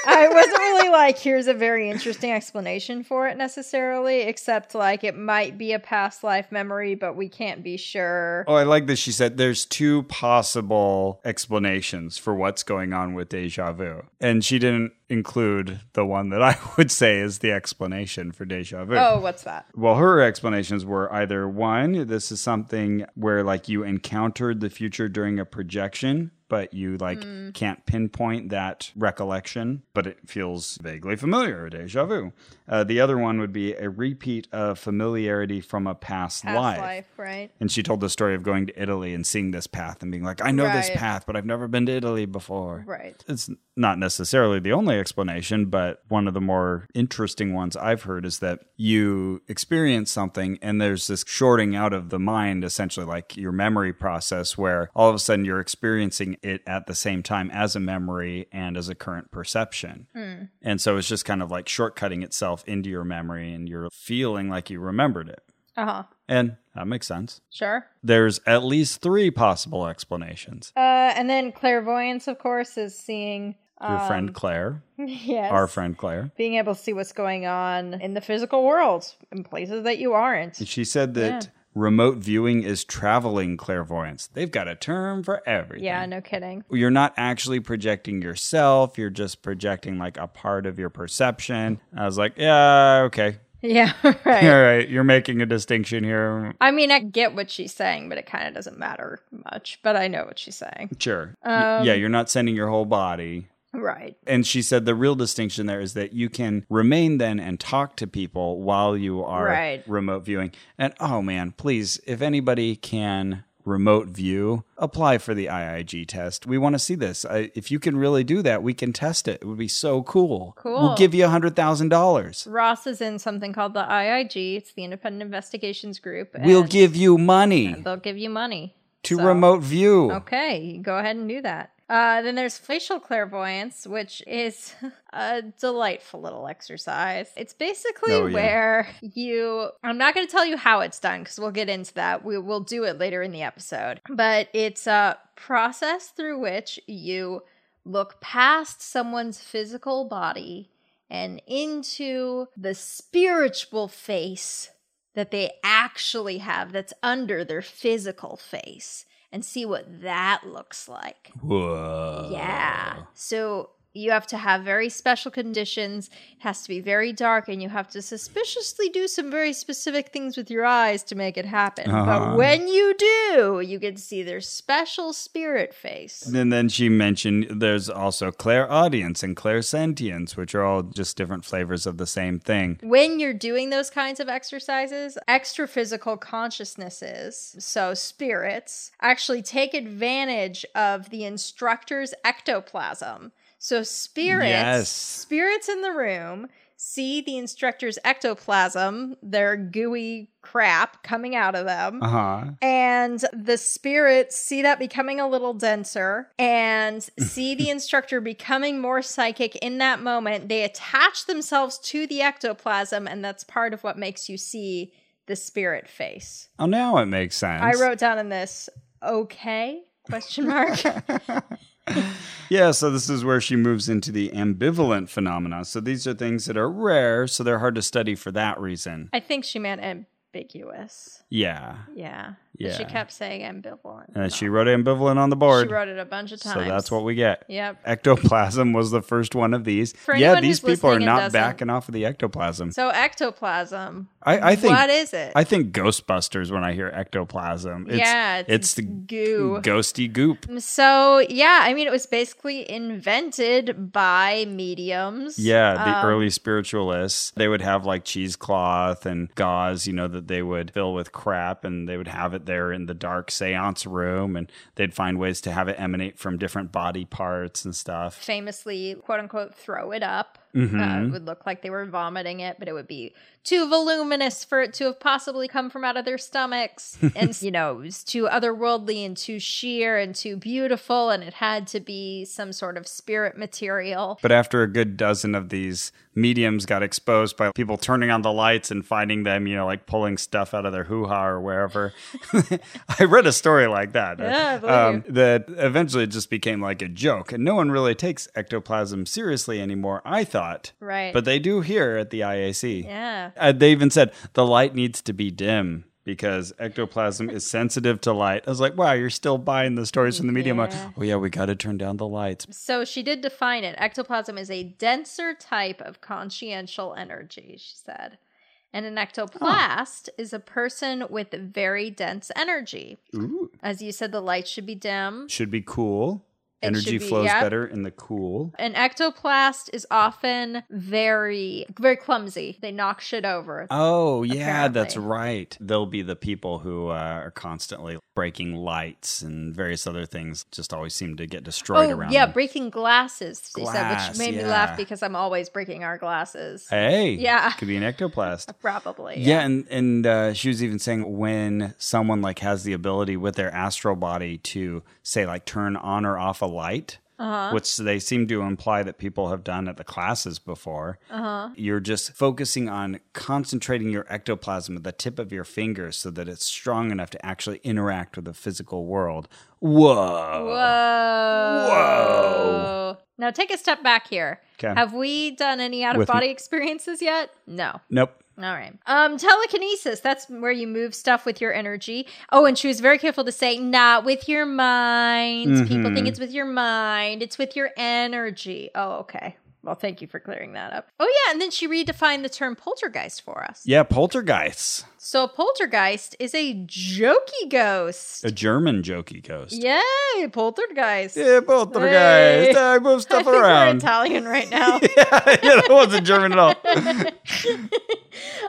Speaker 3: I wasn't really like here's a very interesting explanation for it necessarily, except like it might be a past life memory, but we can't be sure.
Speaker 2: oh, I like that she said there's two possible explanations for what's going on with deja vu, and she didn't include the one that I would say is the explanation for deja vu.
Speaker 3: Oh, what's that?
Speaker 2: Well, her explanations were either one, this is something where like you encountered the future during a projection, but you like can't pinpoint that recollection, but it feels vaguely familiar, deja vu. Uh, the other one would be a repeat of familiarity from a past,
Speaker 3: Past life,
Speaker 2: life.
Speaker 3: right?
Speaker 2: And she told the story of going to Italy and seeing this path and being like, I know this
Speaker 3: Right.
Speaker 2: path, but I've never been to Italy before.
Speaker 3: Right.
Speaker 2: It's not necessarily the only explanation, but one of the more interesting ones I've heard is that you experience something and there's this shorting out of the mind, essentially like your memory process, where all of a sudden you're experiencing it at the same time as a memory and as a current perception. And so it's just kind of like shortcutting itself into your memory and you're feeling like you remembered it.
Speaker 3: Uh huh.
Speaker 2: And that makes sense.
Speaker 3: Sure.
Speaker 2: There's at least three possible explanations.
Speaker 3: Uh, and then clairvoyance, of course, is seeing uh,
Speaker 2: Your friend Claire,
Speaker 3: yes,
Speaker 2: our friend Claire.
Speaker 3: being able to see what's going on in the physical world in places that you aren't.
Speaker 2: She said that remote viewing is traveling clairvoyance. They've got a term for everything.
Speaker 3: Yeah, no kidding.
Speaker 2: You're not actually projecting yourself, you're just projecting like a part of your perception. I was like, yeah, okay.
Speaker 3: Yeah,
Speaker 2: All
Speaker 3: right.
Speaker 2: right, you're making a distinction here.
Speaker 3: I mean, I get what she's saying, but it kind of doesn't matter much. But I know what she's saying.
Speaker 2: Sure. Y-
Speaker 3: Um,
Speaker 2: yeah, you're not sending your whole body.
Speaker 3: Right.
Speaker 2: And she said the real distinction there is that you can remain then and talk to people while you are
Speaker 3: Right.
Speaker 2: remote viewing. And oh man, please, if anybody can remote view, apply for the IIG test. We want to see this. I, if you can really do that, we can test it. It would be so cool. We'll
Speaker 3: Cool.
Speaker 2: give you a $100,000.
Speaker 3: Ross is in something called the IIG. It's the Independent Investigations Group. And
Speaker 2: We'll give you money
Speaker 3: They'll give you money
Speaker 2: to
Speaker 3: so-
Speaker 2: remote view.
Speaker 3: Okay, you go ahead and do that. Uh, then there's facial clairvoyance, which is a delightful little exercise. It's basically
Speaker 2: Oh, yeah.
Speaker 3: where you, I'm not going to tell you how it's done because we'll get into that. We will do it later in the episode. But it's a process through which you look past someone's physical body and into the spiritual face that they actually have that's under their physical face and see what that looks like.
Speaker 2: Whoa.
Speaker 3: Yeah. So you have to have very special conditions. It has to be very dark, and you have to suspiciously do some very specific things with your eyes to make it happen.
Speaker 2: Uh-huh.
Speaker 3: But when you do, you get to see their special spirit face.
Speaker 2: And then she mentioned there's also clairaudience and clairsentience, which are all just different flavors of the same thing.
Speaker 3: when you're doing those kinds of exercises, extra physical consciousnesses, so spirits, actually take advantage of the instructor's ectoplasm. So spirits,
Speaker 2: Yes.
Speaker 3: spirits in the room see the instructor's ectoplasm, their gooey crap coming out of them.
Speaker 2: Uh huh.
Speaker 3: And the spirits see that becoming a little denser and see the instructor becoming more psychic in that moment. They attach themselves to the ectoplasm, and that's part of what makes you see the spirit face.
Speaker 2: Oh, now it makes sense.
Speaker 3: I wrote down in this, okay? Question mark.
Speaker 2: Yeah, so this is where she moves into the ambivalent phenomena. So these are things that are rare, so they're hard to study for that reason.
Speaker 3: I think she meant ambiguous.
Speaker 2: Yeah.
Speaker 3: Yeah.
Speaker 2: Yeah.
Speaker 3: She kept saying ambivalent.
Speaker 2: And she wrote ambivalent on the board.
Speaker 3: She wrote it a bunch of times.
Speaker 2: so that's what we get.
Speaker 3: Yep.
Speaker 2: Ectoplasm was the first one of these.
Speaker 3: For
Speaker 2: yeah,
Speaker 3: anyone
Speaker 2: these
Speaker 3: who's
Speaker 2: people are
Speaker 3: listening and
Speaker 2: not
Speaker 3: doesn't-
Speaker 2: backing off of the ectoplasm.
Speaker 3: So ectoplasm.
Speaker 2: I, I think
Speaker 3: what is it?
Speaker 2: I think Ghostbusters when I hear ectoplasm. It's,
Speaker 3: Yeah, it's
Speaker 2: it's the
Speaker 3: goo.
Speaker 2: ghosty goop.
Speaker 3: So yeah, I mean, it was basically invented by mediums.
Speaker 2: Yeah, the early spiritualists, they would have like cheesecloth and gauze, you know, that they would fill with crap and they would have it there in the dark seance room and they'd find ways to have it emanate from different body parts and stuff.
Speaker 3: Famously, quote unquote, throw it up. Uh, it would look like they were vomiting it, but it would be too voluminous for it to have possibly come from out of their stomachs. and, you know, it was too otherworldly and too sheer and too beautiful. And it had to be some sort of spirit material.
Speaker 2: But after a good dozen of these mediums got exposed by people turning on the lights and finding them, you know, like pulling stuff out of their hoo ha or wherever. I read a story like that.
Speaker 3: Yeah, I believe
Speaker 2: um, that eventually it just became like a joke. And no one really takes ectoplasm seriously anymore, I thought.
Speaker 3: Right.
Speaker 2: But they do here at the IAC.
Speaker 3: yeah.
Speaker 2: Uh, they even said the light needs to be dim because ectoplasm is sensitive to light. I was like, wow, you're still buying the stories from the medium. Like,
Speaker 3: Yeah.
Speaker 2: oh, yeah, we got to turn down the lights.
Speaker 3: So she did define it. Ectoplasm is a denser type of consciential energy, she said. And an ectoplast is a person with very dense energy.
Speaker 2: Ooh.
Speaker 3: As you said, the light should be dim.
Speaker 2: should be cool.
Speaker 3: It
Speaker 2: Energy
Speaker 3: should be-
Speaker 2: flows
Speaker 3: yeah.
Speaker 2: better in the cool.
Speaker 3: An ectoplast is often very, very clumsy. They knock shit over.
Speaker 2: Oh, yeah, that's
Speaker 3: Apparently.
Speaker 2: right. They'll be the people who uh, are constantly breaking lights and various other things, just always seem to get destroyed
Speaker 3: oh,
Speaker 2: around
Speaker 3: yeah,
Speaker 2: them.
Speaker 3: breaking glasses, she said,
Speaker 2: Glass,
Speaker 3: which made me
Speaker 2: yeah.
Speaker 3: laugh because I'm always breaking our glasses.
Speaker 2: Hey,
Speaker 3: Yeah.
Speaker 2: could be an ectoplast.
Speaker 3: Probably.
Speaker 2: Yeah, and and uh, she was even saying when someone like has the ability with their astral body to say like turn on or off a light, which they seem to imply that people have done at the classes before. Uh-huh. You're just focusing on concentrating your ectoplasm at the tip of your finger so that it's strong enough to actually interact with the physical world. Whoa!
Speaker 3: Whoa. Whoa. Now take a step back here.
Speaker 2: 'Kay.
Speaker 3: Have we done any out of
Speaker 2: With
Speaker 3: body experiences yet? No.
Speaker 2: Nope.
Speaker 3: All right. Um, telekinesis. That's where you move stuff with your energy. Oh, and she was very careful to say, not with your mind. People
Speaker 2: Mm-hmm.
Speaker 3: think it's with your mind, it's with your energy. Oh, okay. Well, thank you for clearing that up. Oh, yeah. And then she redefined the term poltergeist for us.
Speaker 2: Yeah, poltergeists.
Speaker 3: So, a poltergeist is a jokey ghost.
Speaker 2: A German jokey ghost.
Speaker 3: Yay, poltergeist.
Speaker 2: Yeah, poltergeist.
Speaker 3: Hey.
Speaker 2: I move
Speaker 3: I
Speaker 2: stuff
Speaker 3: think we're
Speaker 2: around.
Speaker 3: Italian right now.
Speaker 2: yeah, that wasn't German at all.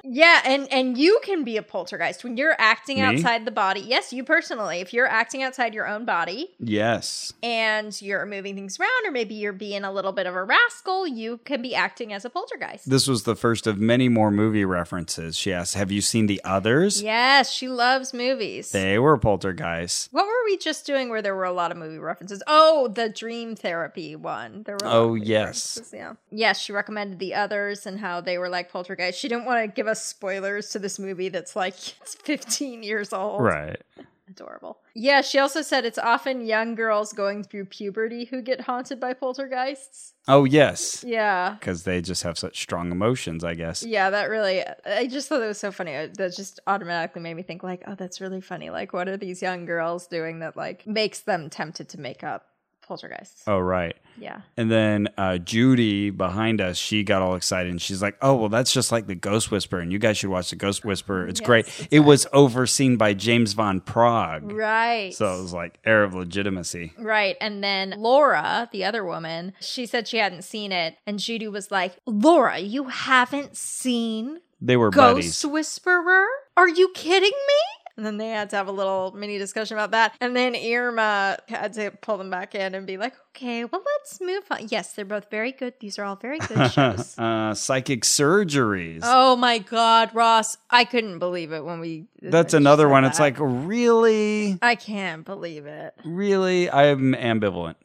Speaker 3: Yeah, and and you can be a poltergeist when you're acting
Speaker 2: Me?
Speaker 3: outside the body. Yes, you personally, if you're acting outside your own body
Speaker 2: yes.
Speaker 3: and you're moving things around, or maybe you're being a little bit of a rascal, you can be acting as a poltergeist.
Speaker 2: This was the first of many more movie references. She asked, Have you seen the others?
Speaker 3: yes, she loves movies.
Speaker 2: They were poltergeists.
Speaker 3: what were we just doing where there were a lot of movie references? Oh, the dream therapy one. There were a lot of
Speaker 2: Oh,
Speaker 3: movie
Speaker 2: yes.
Speaker 3: references, Yeah. Yes, she recommended the others and how they were like poltergeists. She didn't want to give us spoilers to this movie that's like it's 15 years old.
Speaker 2: Right.
Speaker 3: adorable. Yeah, she also said it's often young girls going through puberty who get haunted by poltergeists.
Speaker 2: Oh, yes.
Speaker 3: Yeah.
Speaker 2: Because they just have such strong emotions, I guess.
Speaker 3: Yeah, that really, I just thought that was so funny. I- That just automatically made me think, like, oh, that's really funny. Like, what are these young girls doing that, like, makes them tempted to make up poltergeists?
Speaker 2: Oh, right.
Speaker 3: Yeah.
Speaker 2: And then uh, Judy behind us, she got all excited and she's like, Oh, well, that's just like the Ghost Whisperer. And you guys should watch the
Speaker 3: Oh,
Speaker 2: Ghost Whisperer. It's great. It was overseen by James Von Prague.
Speaker 3: Right.
Speaker 2: So it was like air of legitimacy.
Speaker 3: Right. And then Laura, the other woman, she said she hadn't seen it. And Judy was like, Laura, you haven't seen
Speaker 2: They were
Speaker 3: Ghost
Speaker 2: buddies.
Speaker 3: Whisperer? Are you kidding me? And then they had to have a little mini discussion about that. And then Irma had to pull them back in and be like, okay, well, let's move on. Yes, they're both very good. These are all very good shows.
Speaker 2: uh, psychic surgeries.
Speaker 3: oh my God, Ross. I couldn't believe it when we.
Speaker 2: That's
Speaker 3: when she
Speaker 2: another
Speaker 3: said
Speaker 2: one. It's
Speaker 3: that.
Speaker 2: like, really?
Speaker 3: I can't believe it.
Speaker 2: Really? I'm ambivalent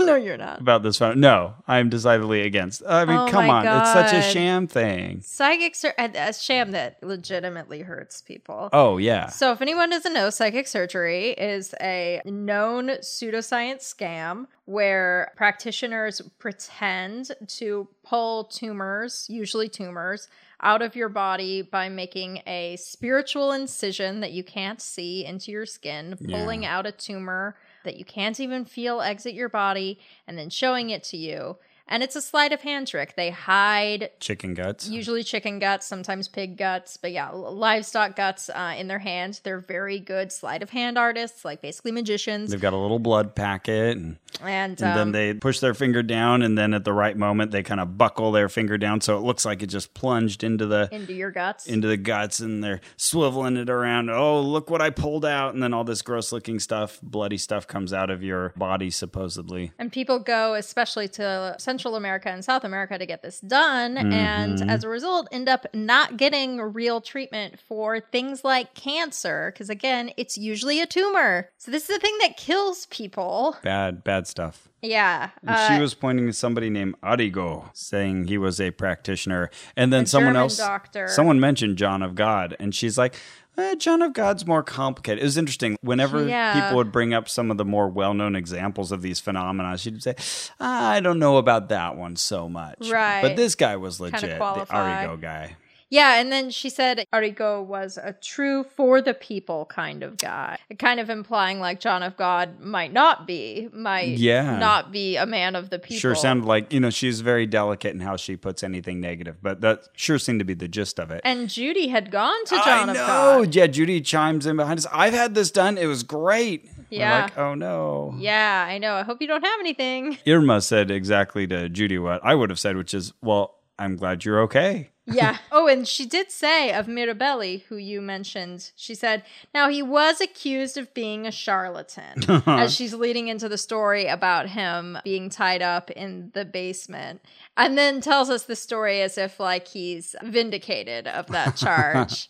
Speaker 3: no, you're not.
Speaker 2: about this one. No, I'm decidedly against. I mean,
Speaker 3: Oh
Speaker 2: come
Speaker 3: my
Speaker 2: on. It's such a
Speaker 3: God.
Speaker 2: sham thing.
Speaker 3: Psychic sur- a, a sham that legitimately hurts people.
Speaker 2: Oh, yeah.
Speaker 3: So, if anyone doesn't know, psychic surgery is a known pseudoscience scam where practitioners pretend to pull tumors, usually tumors, out of your body by making a spiritual incision that you can't see into your skin, pulling out a tumor that you can't even feel exit your body, and then showing it to you. And it's a sleight of hand trick. They hide
Speaker 2: Chicken guts.
Speaker 3: usually chicken guts, sometimes pig guts, but yeah, l- livestock guts uh, in their hand. They're very good sleight of hand artists, like basically magicians.
Speaker 2: They've got a little blood packet and.
Speaker 3: And,
Speaker 2: And
Speaker 3: um,
Speaker 2: then they push their finger down, and then at the right moment, they kind of buckle their finger down, so it looks like it just plunged into the
Speaker 3: into your guts.
Speaker 2: into the guts, and they're swiveling it around. Oh, look what I pulled out! And then all this gross-looking stuff, bloody stuff, comes out of your body, supposedly.
Speaker 3: and people go, especially to Central America and South America, to get this done.
Speaker 2: Mm-hmm.
Speaker 3: And as a result, end up not getting real treatment for things like cancer. Because again, it's usually a tumor. So this is the thing that kills people.
Speaker 2: Bad, bad stuff.
Speaker 3: Yeah.
Speaker 2: And she was pointing to somebody named Arrigo, saying he was a practitioner, and then someone
Speaker 3: German
Speaker 2: else,
Speaker 3: doctor.
Speaker 2: someone mentioned John of God, and she's like. "Eh, John of God's more complicated. It was interesting. Whenever
Speaker 3: Yeah.
Speaker 2: people would bring up some of the more well-known examples of these phenomena, she'd say, "Ah, "I don't know about that one so much."
Speaker 3: Right.
Speaker 2: But this guy was legit, the
Speaker 3: qualify.
Speaker 2: Arrigo guy.
Speaker 3: Yeah, and then she said Arigo was a true for the people kind of guy, kind of implying like John of God might not be, might
Speaker 2: Yeah.
Speaker 3: not be a man of the people.
Speaker 2: Sure sounded like you know she's very delicate in how she puts anything negative, but that sure seemed to be the gist of it.
Speaker 3: And Judy had gone to
Speaker 2: I
Speaker 3: John of
Speaker 2: know.
Speaker 3: God.
Speaker 2: Yeah, Judy chimes in behind us. I've had this done. It was great. We're
Speaker 3: Yeah.
Speaker 2: like, oh no.
Speaker 3: Yeah, I know. I hope you don't have anything.
Speaker 2: Irma said exactly to Judy what I would have said, which is, well, I'm glad you're okay.
Speaker 3: Yeah. oh, and she did say of Mirabelli, who you mentioned, she said, now he was accused of being a charlatan as she's leading into the story about him being tied up in the basement. And then tells us the story as if like he's vindicated of that charge.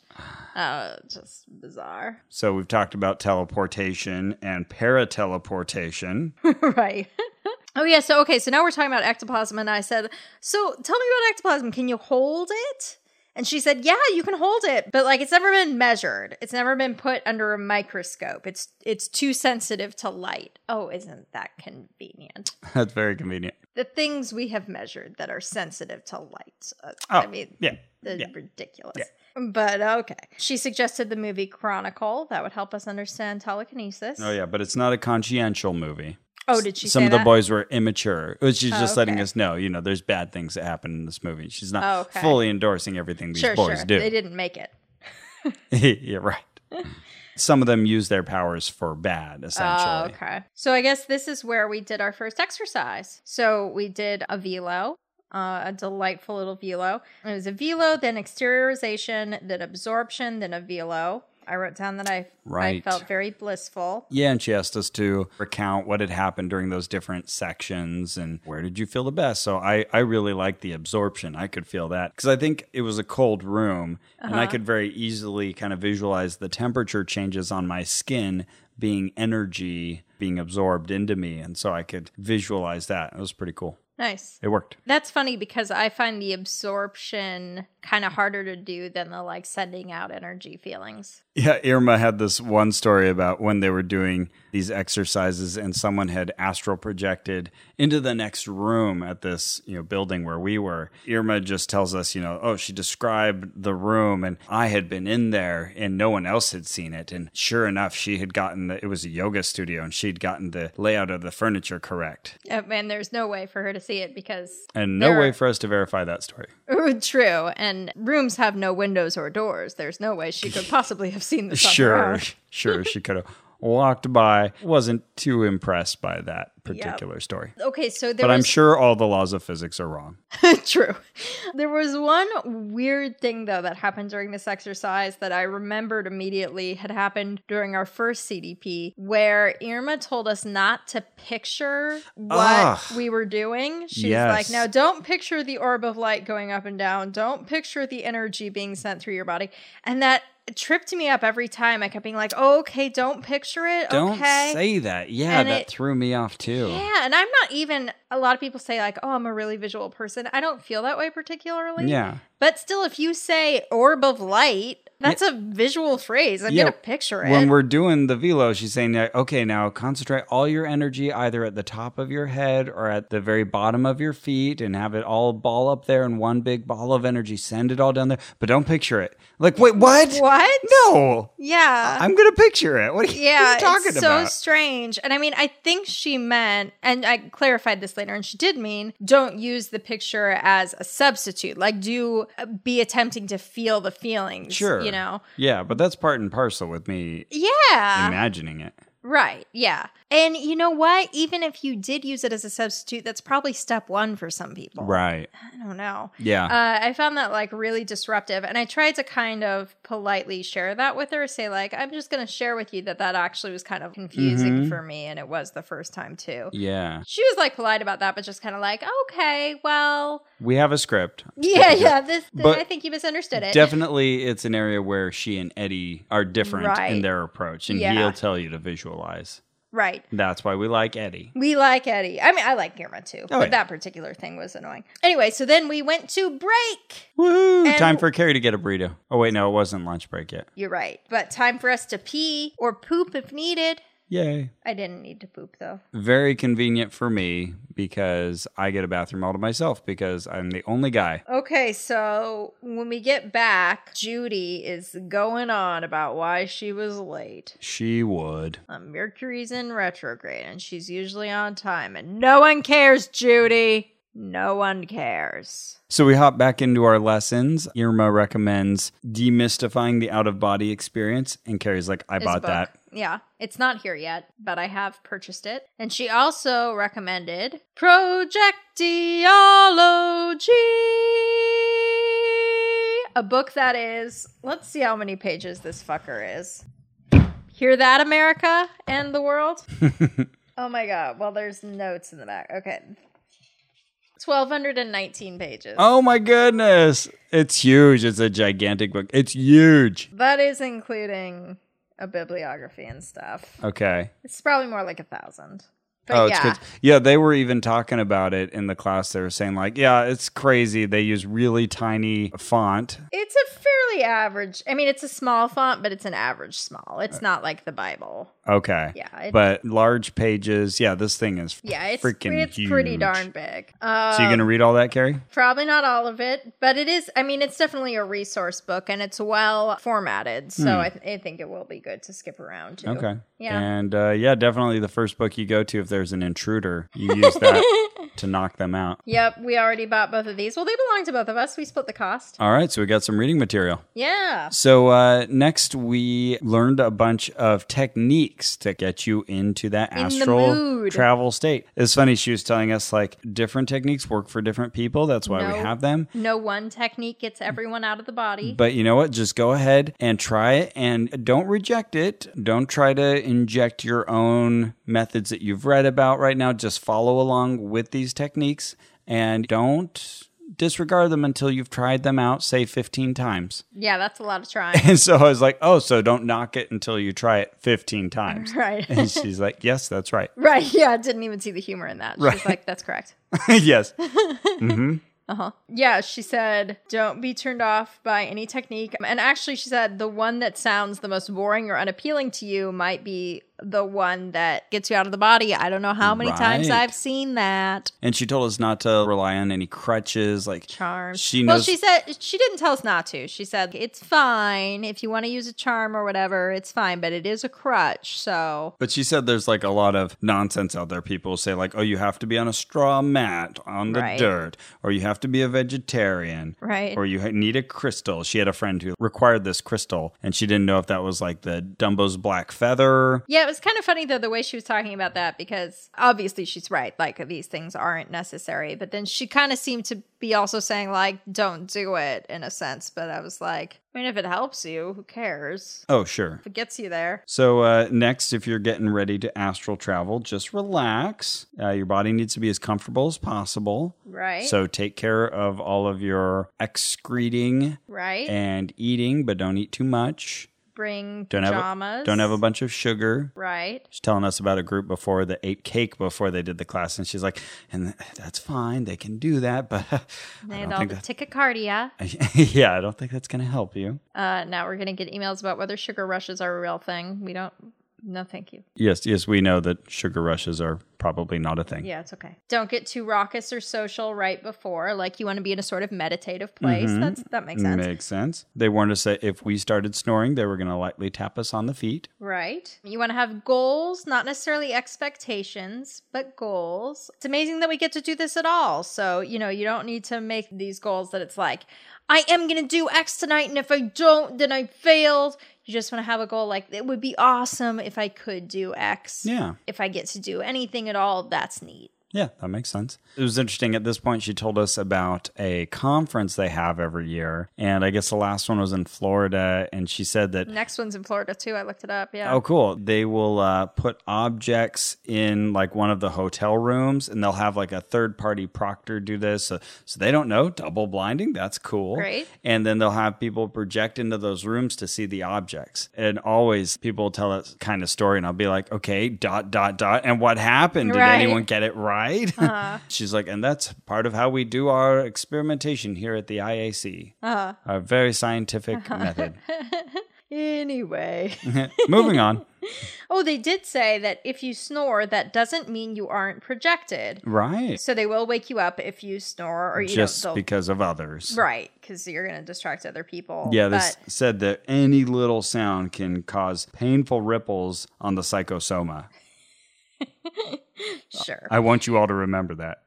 Speaker 3: uh, just bizarre.
Speaker 2: So we've talked about teleportation and parateleportation.
Speaker 3: right. Oh yeah, so okay, so now we're talking about ectoplasm and I said, "So tell me about ectoplasm. Can you hold it?" And she said, "Yeah, you can hold it, but like it's never been measured. It's never been put under a microscope. It's it's too sensitive to light." Oh, isn't that convenient?
Speaker 2: That's very convenient.
Speaker 3: The things we have measured that are sensitive to light. Uh,
Speaker 2: Oh,
Speaker 3: I mean,
Speaker 2: yeah,
Speaker 3: they're
Speaker 2: yeah.
Speaker 3: ridiculous. But okay. She suggested the movie Chronicle. That would help us understand telekinesis.
Speaker 2: Oh yeah, but it's not a consciential movie.
Speaker 3: Oh, did she
Speaker 2: Some
Speaker 3: say
Speaker 2: of the
Speaker 3: that? Oh,
Speaker 2: boys were immature. It was- She's just letting
Speaker 3: okay.
Speaker 2: us know, you know, there's bad things that happen in this movie. She's not
Speaker 3: Oh, okay.
Speaker 2: fully endorsing everything these
Speaker 3: Sure,
Speaker 2: boys
Speaker 3: sure.
Speaker 2: do.
Speaker 3: They didn't make it.
Speaker 2: yeah, right. Some of them use their powers for bad, essentially.
Speaker 3: Oh, okay. So I guess this is where we did our first exercise. So we did a velo, uh, a delightful little velo. It was a velo, then exteriorization, then absorption, then a velo. I wrote down that I,
Speaker 2: Right.
Speaker 3: I felt very blissful.
Speaker 2: Yeah, and she asked us to recount what had happened during those different sections and where did you feel the best. So I, I really liked the absorption. I could feel that because I think it was a cold room and I could very easily kind of visualize the temperature changes on my skin being energy being absorbed into me. And so I could visualize that. It was pretty cool.
Speaker 3: Nice.
Speaker 2: It worked.
Speaker 3: That's funny because I find the absorption kind of harder to do than the like sending out energy feelings.
Speaker 2: Yeah, Irma had this one story about when they were doing these exercises and someone had astral projected into the next room at this, you know, building where we were. Irma just tells us, you know, oh, she described the room and I had been in there and no one else had seen it and sure enough she had gotten the it was a yoga studio and she'd gotten the layout of the furniture correct.
Speaker 3: Uh, and there's no way for her to see it because
Speaker 2: And no
Speaker 3: There-
Speaker 2: way for us to verify that story.
Speaker 3: true. And rooms have no windows or doors. There's no way she could possibly have seen this. on her
Speaker 2: Sure.
Speaker 3: own.
Speaker 2: sure, she could have walked by. Wasn't too impressed by that particular story.
Speaker 3: Okay, so there
Speaker 2: But I'm
Speaker 3: was
Speaker 2: sure all the laws of physics are wrong.
Speaker 3: true. There was one weird thing though that happened during this exercise that I remembered immediately had happened during our first CDP where Irma told us not to picture what
Speaker 2: Ah.
Speaker 3: we were doing. She's
Speaker 2: Yes.
Speaker 3: like, "Now don't picture the orb of light going up and down. Don't picture the energy being sent through your body." And that tripped me up every time. I kept being like, oh, "Okay, don't picture it.
Speaker 2: Don't
Speaker 3: okay.
Speaker 2: say that. Yeah,
Speaker 3: And
Speaker 2: that
Speaker 3: it-
Speaker 2: threw me off too.
Speaker 3: Yeah, and I'm not even. A lot of people say like, "Oh, I'm a really visual person." I don't feel that way particularly.
Speaker 2: Yeah.
Speaker 3: But still, if you say "orb of light," that's a visual phrase. I'm
Speaker 2: Yeah,
Speaker 3: gonna picture it.
Speaker 2: When we're doing the velo, she's saying, that, okay, now concentrate all your energy either at the top of your head or at the very bottom of your feet and have it all ball up there in one big ball of energy. Send it all down there, but don't picture it. Like, wait, what?
Speaker 3: what?
Speaker 2: No,
Speaker 3: Yeah.
Speaker 2: I'm going to picture it. What are you, what are
Speaker 3: yeah,
Speaker 2: you talking
Speaker 3: it's
Speaker 2: about?
Speaker 3: so strange. And I mean, I think she meant, and I clarified this later, and she did mean, don't use the picture as a substitute. Like, do uh, be attempting to feel the feelings.
Speaker 2: sure.
Speaker 3: you know.
Speaker 2: Yeah, but that's part and parcel with me
Speaker 3: Yeah,
Speaker 2: imagining it.
Speaker 3: Right. Yeah. And you know what? Even if you did use it as a substitute, that's probably step one for some people.
Speaker 2: Right.
Speaker 3: I don't know.
Speaker 2: Yeah.
Speaker 3: Uh, I found that like really disruptive. And I tried to kind of politely share that with her, say, like, I'm just going to share with you that that actually was kind of confusing
Speaker 2: Mm-hmm.
Speaker 3: for me. And it was the first time too.
Speaker 2: yeah.
Speaker 3: She was like polite about that, but just kind of like, okay, well,
Speaker 2: We have a script.
Speaker 3: yeah, yeah, this,
Speaker 2: But
Speaker 3: I think you misunderstood it.
Speaker 2: Definitely, it's an area where she and Eddie are different in
Speaker 3: Right.
Speaker 2: their approach, and
Speaker 3: Yeah.
Speaker 2: he'll tell you to visualize.
Speaker 3: right.
Speaker 2: That's why we like Eddie.
Speaker 3: We like Eddie. I mean, I like Irma too, but
Speaker 2: Oh, yeah.
Speaker 3: that particular thing was annoying. Anyway, so then we went to break.
Speaker 2: Woohoo!
Speaker 3: And-
Speaker 2: Time for Carrie to get a burrito. Oh wait, no, it wasn't lunch break yet.
Speaker 3: You're right. But time for us to pee or poop if needed.
Speaker 2: Yay!
Speaker 3: I didn't need to poop though.
Speaker 2: Very convenient for me because I get a bathroom all to myself because I'm the only guy.
Speaker 3: Okay, so when we get back, Judy is going on about why she was late.
Speaker 2: She would.
Speaker 3: Uh, Mercury's in retrograde and she's usually on time, and no one cares, Judy. No one cares.
Speaker 2: So we hop back into our lessons. Irma recommends demystifying the out of body experience, and Carrie's like, "I
Speaker 3: It's a
Speaker 2: bought
Speaker 3: book.
Speaker 2: that."
Speaker 3: Yeah, it's not here yet, but I have purchased it. And she also recommended Projectiology, a book that is, let's see how many pages this fucker is. Hear that, America and the world? oh my God. Well, there's notes in the back. Okay. 1,219 pages.
Speaker 2: Oh my goodness. It's huge. It's a gigantic book. It's huge.
Speaker 3: That is including a bibliography and stuff.
Speaker 2: Okay.
Speaker 3: It's probably more like a thousand. But
Speaker 2: oh,
Speaker 3: yeah.
Speaker 2: it's crazy. Yeah, they were even talking about it in the class. They were saying like, yeah, it's crazy. They use really tiny font.
Speaker 3: It's a fairly average. I mean, it's a small font, but it's an average small.
Speaker 2: Uh,
Speaker 3: It's not like the Bible.
Speaker 2: Okay.
Speaker 3: Yeah, it's-
Speaker 2: But large pages. Yeah, this thing is
Speaker 3: Yeah, it's
Speaker 2: freaking
Speaker 3: it's pretty
Speaker 2: huge.
Speaker 3: darn big. Uh,
Speaker 2: So you're gonna read all that, Carrie?
Speaker 3: probably not all of it, but it is. I mean, it's definitely a resource book, and it's well formatted. So I, th- I think it will be good to skip around too.
Speaker 2: Hmm. Okay.
Speaker 3: Yeah.
Speaker 2: And uh, yeah, definitely the first book you go to if there's an intruder, you use that to knock them out.
Speaker 3: Yep, we already bought both of these. Well, they belong to both of us. We split the cost.
Speaker 2: All right, so we got some reading material.
Speaker 3: Yeah.
Speaker 2: So uh, next, we learned a bunch of techniques to get you into that
Speaker 3: the
Speaker 2: astral
Speaker 3: mood.
Speaker 2: travel state. It's funny she was telling us like different techniques work for different people. That's why we
Speaker 3: No.
Speaker 2: have them.
Speaker 3: No one technique gets everyone out of the body.
Speaker 2: But you know what? Just go ahead and try it and don't reject it. Don't try to inject your own methods that you've read about right now. Just follow along with these techniques and don't disregard them until you've tried them out, say 15 times.
Speaker 3: yeah, that's a lot of trying.
Speaker 2: And so I was like, oh, so don't knock it until you try it 15 times.
Speaker 3: Right.
Speaker 2: And she's like, yes, that's right.
Speaker 3: right. Yeah, I didn't even see the humor in that. She's
Speaker 2: Right.
Speaker 3: like, that's correct.
Speaker 2: yes.
Speaker 3: Yeah, she said, don't be turned off by any technique. And actually, she said, the one that sounds the most boring or unappealing to you might be the one that gets you out of the body. I don't know how many times
Speaker 2: Right.
Speaker 1: I've seen that.
Speaker 2: And she told us not to rely on any crutches. Like,
Speaker 3: charms.
Speaker 2: She
Speaker 3: well,
Speaker 2: knows-
Speaker 3: she said, she didn't tell us not to. She said, it's fine. If you want to use a charm or whatever, it's fine, but it is a crutch. So,
Speaker 2: but she said there's like a lot of nonsense out there. People say, like, oh, you have to be on a straw mat on the
Speaker 3: Right.
Speaker 2: dirt, or you have to be a vegetarian.
Speaker 3: Right.
Speaker 2: Or you ha- need a crystal. She had a friend who required this crystal, and she didn't know if that was like the Dumbo's black feather.
Speaker 3: yeah, it was kind of funny though the way she was talking about that because obviously she's right. Like these things aren't necessary, but then she kind of seemed to be also saying like don't do it in a sense. But I was like, I mean, if it helps you, who cares?
Speaker 2: Oh, sure.
Speaker 3: If it gets you there,
Speaker 2: So, uh, next, if you're getting ready to astral travel, just relax. Uh, your body needs to be as comfortable as possible.
Speaker 3: right?
Speaker 2: So, take care of all of your excreting
Speaker 3: right?
Speaker 2: and eating, but don't eat too much.
Speaker 3: Bring
Speaker 2: Don't
Speaker 3: pajamas.
Speaker 2: have a, don't have a bunch of sugar.
Speaker 3: right.
Speaker 2: She's telling us about a group before that ate cake before they did the class, and she's like, "And th- that's fine, they can do that, but
Speaker 3: They
Speaker 2: I
Speaker 3: had
Speaker 2: don't
Speaker 3: all
Speaker 2: think
Speaker 3: the tachycardia.
Speaker 2: that, yeah, I don't think that's going to help you."
Speaker 3: Uh, now we're gonna get emails about whether sugar rushes are a real thing. We don't. No, thank you.
Speaker 2: Yes, yes, we know that sugar rushes are probably not a thing.
Speaker 3: Yeah, it's okay. Don't get too raucous or social right before. Like you want to be in a sort of meditative place.
Speaker 2: Mm-hmm.
Speaker 3: That's that makes sense,
Speaker 2: Makes sense. They warned us that if we started snoring, they were going to lightly tap us on the feet.
Speaker 3: right? You want to have goals, not necessarily expectations, but goals. It's amazing that we get to do this at all. So you know, you don't need to make these goals that it's like, I am gonna do X tonight, and if I don't, then I failed. You just want to have a goal like it would be awesome if I could do X.
Speaker 2: Yeah.
Speaker 3: If I get to do anything at all, that's neat.
Speaker 2: Yeah, that makes sense. It was interesting. At this point, she told us about a conference they have every year. And I guess the last one was in Florida. And she said that,
Speaker 3: Next one's in Florida too. I looked it up. Yeah.
Speaker 2: oh, cool. They will uh, put objects in like one of the hotel rooms and they'll have like a third party proctor do this. So, so they don't know. Double blinding. That's cool.
Speaker 3: Great.
Speaker 2: and then they'll have people project into those rooms to see the objects. And always people tell that kind of story, and I'll be like, okay, dot, dot, dot. And what happened? Did
Speaker 3: Right. Uh-huh.
Speaker 2: anyone get it right? She's like, and that's part of how we do our experimentation here at the IAC, uh-huh. a very scientific method.
Speaker 3: Anyway.
Speaker 2: Mm-hmm. Moving on.
Speaker 3: oh, they did say that if you snore, that doesn't mean you aren't projected.
Speaker 2: Right.
Speaker 3: So they will wake you up if you snore or you
Speaker 2: Just
Speaker 3: know, they'll-
Speaker 2: because of others.
Speaker 3: right because you're going to distract other people.
Speaker 2: Yeah, they
Speaker 3: but
Speaker 2: s- said that any little sound can cause painful ripples on the psychosoma.
Speaker 3: sure.
Speaker 2: I want you all to remember that.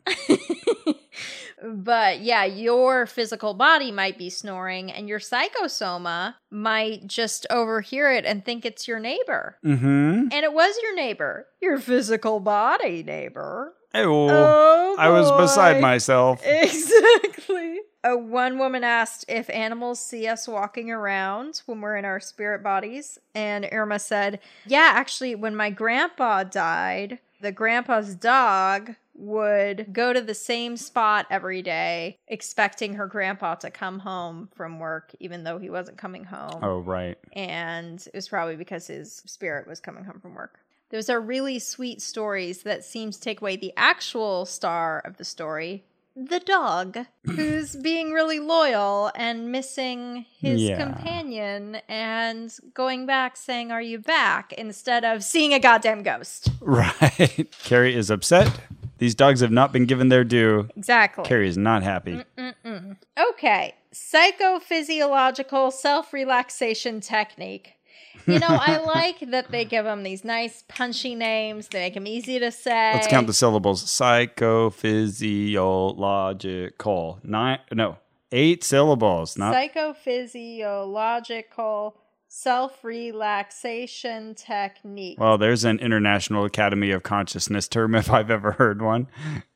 Speaker 3: But yeah, your physical body might be snoring, and your psychosoma might just overhear it and think it's your neighbor.
Speaker 2: Mm hmm.
Speaker 3: And it was your neighbor, your physical body neighbor.
Speaker 2: Oh,
Speaker 3: Oh,
Speaker 2: I was beside
Speaker 3: boy.
Speaker 2: myself.
Speaker 3: Exactly. Uh, one woman asked if animals see us walking around when we're in our spirit bodies. And Irma said, Yeah, actually, when my grandpa died, the grandpa's dog would go to the same spot every day, expecting her grandpa to come home from work, even though he wasn't coming home.
Speaker 2: Oh, right.
Speaker 3: And it was probably because his spirit was coming home from work. Those are really sweet stories that seem to take away the actual star of the story, the dog, who's being really loyal and missing his
Speaker 2: Yeah.
Speaker 3: companion and going back saying, Are you back? instead of seeing a goddamn ghost.
Speaker 2: Right. Carrie is upset. These dogs have not been given their due.
Speaker 3: Exactly.
Speaker 2: Carrie is not happy.
Speaker 3: Okay, psychophysiological self relaxation technique. You know, I like that they give them these nice punchy names. They make them easy to say.
Speaker 2: Let's count the syllables. Psychophysiological. Nine, no, eight syllables. Not
Speaker 3: psychophysiological self relaxation technique.
Speaker 2: well. There's an International Academy of Consciousness term if I've ever heard one.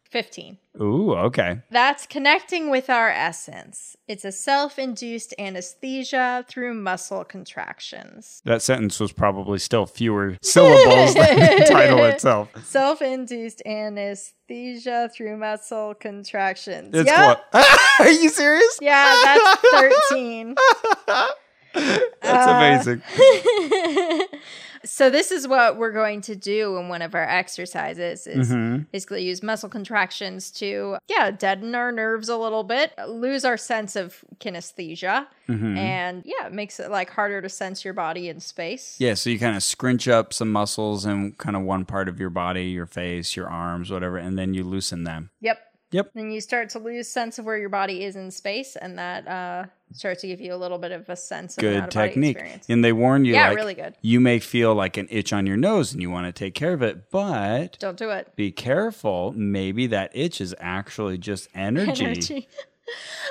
Speaker 3: 15.
Speaker 2: Ooh, okay.
Speaker 3: That's connecting with our essence. It's a self induced anesthesia through muscle contractions.
Speaker 2: That sentence was probably still fewer syllables than the title itself.
Speaker 3: Self induced anesthesia through muscle contractions.
Speaker 2: It's
Speaker 3: Yep.
Speaker 2: clo- Are you serious?
Speaker 3: Yeah, that's 13.
Speaker 2: That's amazing.
Speaker 3: so this is what we're going to do in one of our exercises is
Speaker 2: Mm-hmm.
Speaker 3: basically use muscle contractions to yeah, deaden our nerves a little bit, lose our sense of kinesthesia
Speaker 2: Mm-hmm.
Speaker 3: and yeah, it makes it like harder to sense your body in space.
Speaker 2: Yeah, so you kind of scrunch up some muscles in kind of one part of your body, your face, your arms, whatever, and then you loosen them.
Speaker 3: Yep.
Speaker 2: Yep.
Speaker 3: Then you start to lose sense of where your body is in space and that uh starts to give you a little bit of a sense of
Speaker 2: Good
Speaker 3: out-of-body
Speaker 2: technique.
Speaker 3: experience.
Speaker 2: And they warn you
Speaker 3: Yeah,
Speaker 2: like,
Speaker 3: really good.
Speaker 2: you may feel like an itch on your nose and you want to take care of it, but
Speaker 3: Don't do it.
Speaker 2: be careful. Maybe that itch is actually just energy.
Speaker 3: energy.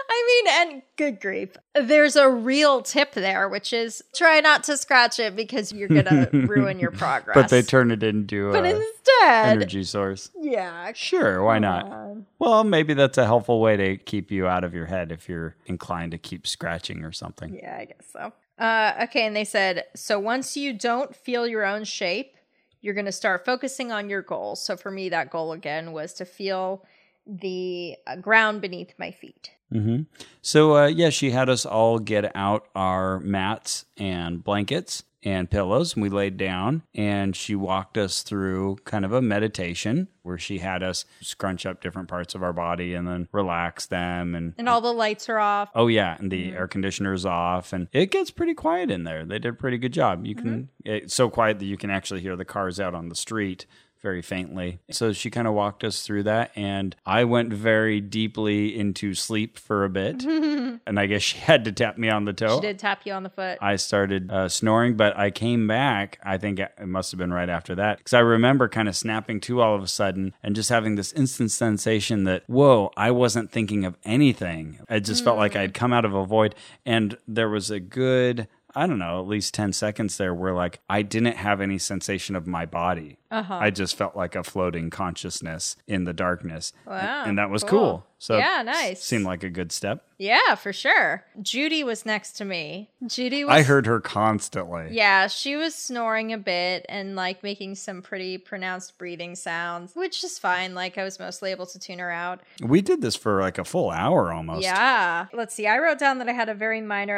Speaker 3: I mean, and good grief. There's a real tip there, which is try not to scratch it because you're going to ruin your progress.
Speaker 2: But they turn it into
Speaker 3: But
Speaker 2: an
Speaker 3: instead,
Speaker 2: energy source.
Speaker 3: yeah.
Speaker 2: Sure, why not? Well, maybe that's a helpful way to keep you out of your head if you're inclined to keep scratching or something.
Speaker 3: Yeah, I guess so. Uh, okay, and they said so once you don't feel your own shape, you're going to start focusing on your goal. So for me, that goal again was to feel the uh, ground beneath my feet.
Speaker 2: hmm So, uh, yeah, she had us all get out our mats and blankets and pillows, and we laid down. And she walked us through kind of a meditation where she had us scrunch up different parts of our body and then relax them. And
Speaker 3: And all the lights are off.
Speaker 2: oh, yeah, and
Speaker 3: Mm-hmm.
Speaker 2: the air conditioner's off. And it gets pretty quiet in there. They did a pretty good job. You can,
Speaker 3: Mm-hmm.
Speaker 2: it's so quiet that you can actually hear the cars out on the street. Very faintly. So she kind of walked us through that, and I went very deeply into sleep for a bit and I guess she had to tap me on the toe.
Speaker 3: She did tap you on the foot.
Speaker 2: I started uh, snoring, but I came back. I think it must have been right after that because I remember kind of snapping to all of a sudden and just having this instant sensation that, whoa, I wasn't thinking of anything. I just felt
Speaker 3: Mm.
Speaker 2: like I had come out of a void. And there was a good, I don't know, at least 10 seconds there where like I didn't have any sensation of my body.
Speaker 3: Uh-huh.
Speaker 2: I just felt like a floating consciousness in the darkness.
Speaker 3: Wow,
Speaker 2: And that was
Speaker 3: cool.
Speaker 2: cool. So
Speaker 3: Yeah,
Speaker 2: it
Speaker 3: nice.
Speaker 2: Seemed like a good step.
Speaker 3: yeah, for sure. Judy was next to me. Judy was
Speaker 2: I heard her constantly.
Speaker 3: Yeah, she was snoring a bit and like making some pretty pronounced breathing sounds, which is fine. Like I was mostly able to tune her out.
Speaker 2: We did this for like a full hour almost.
Speaker 3: Yeah. Let's see. I wrote down that I had a very minor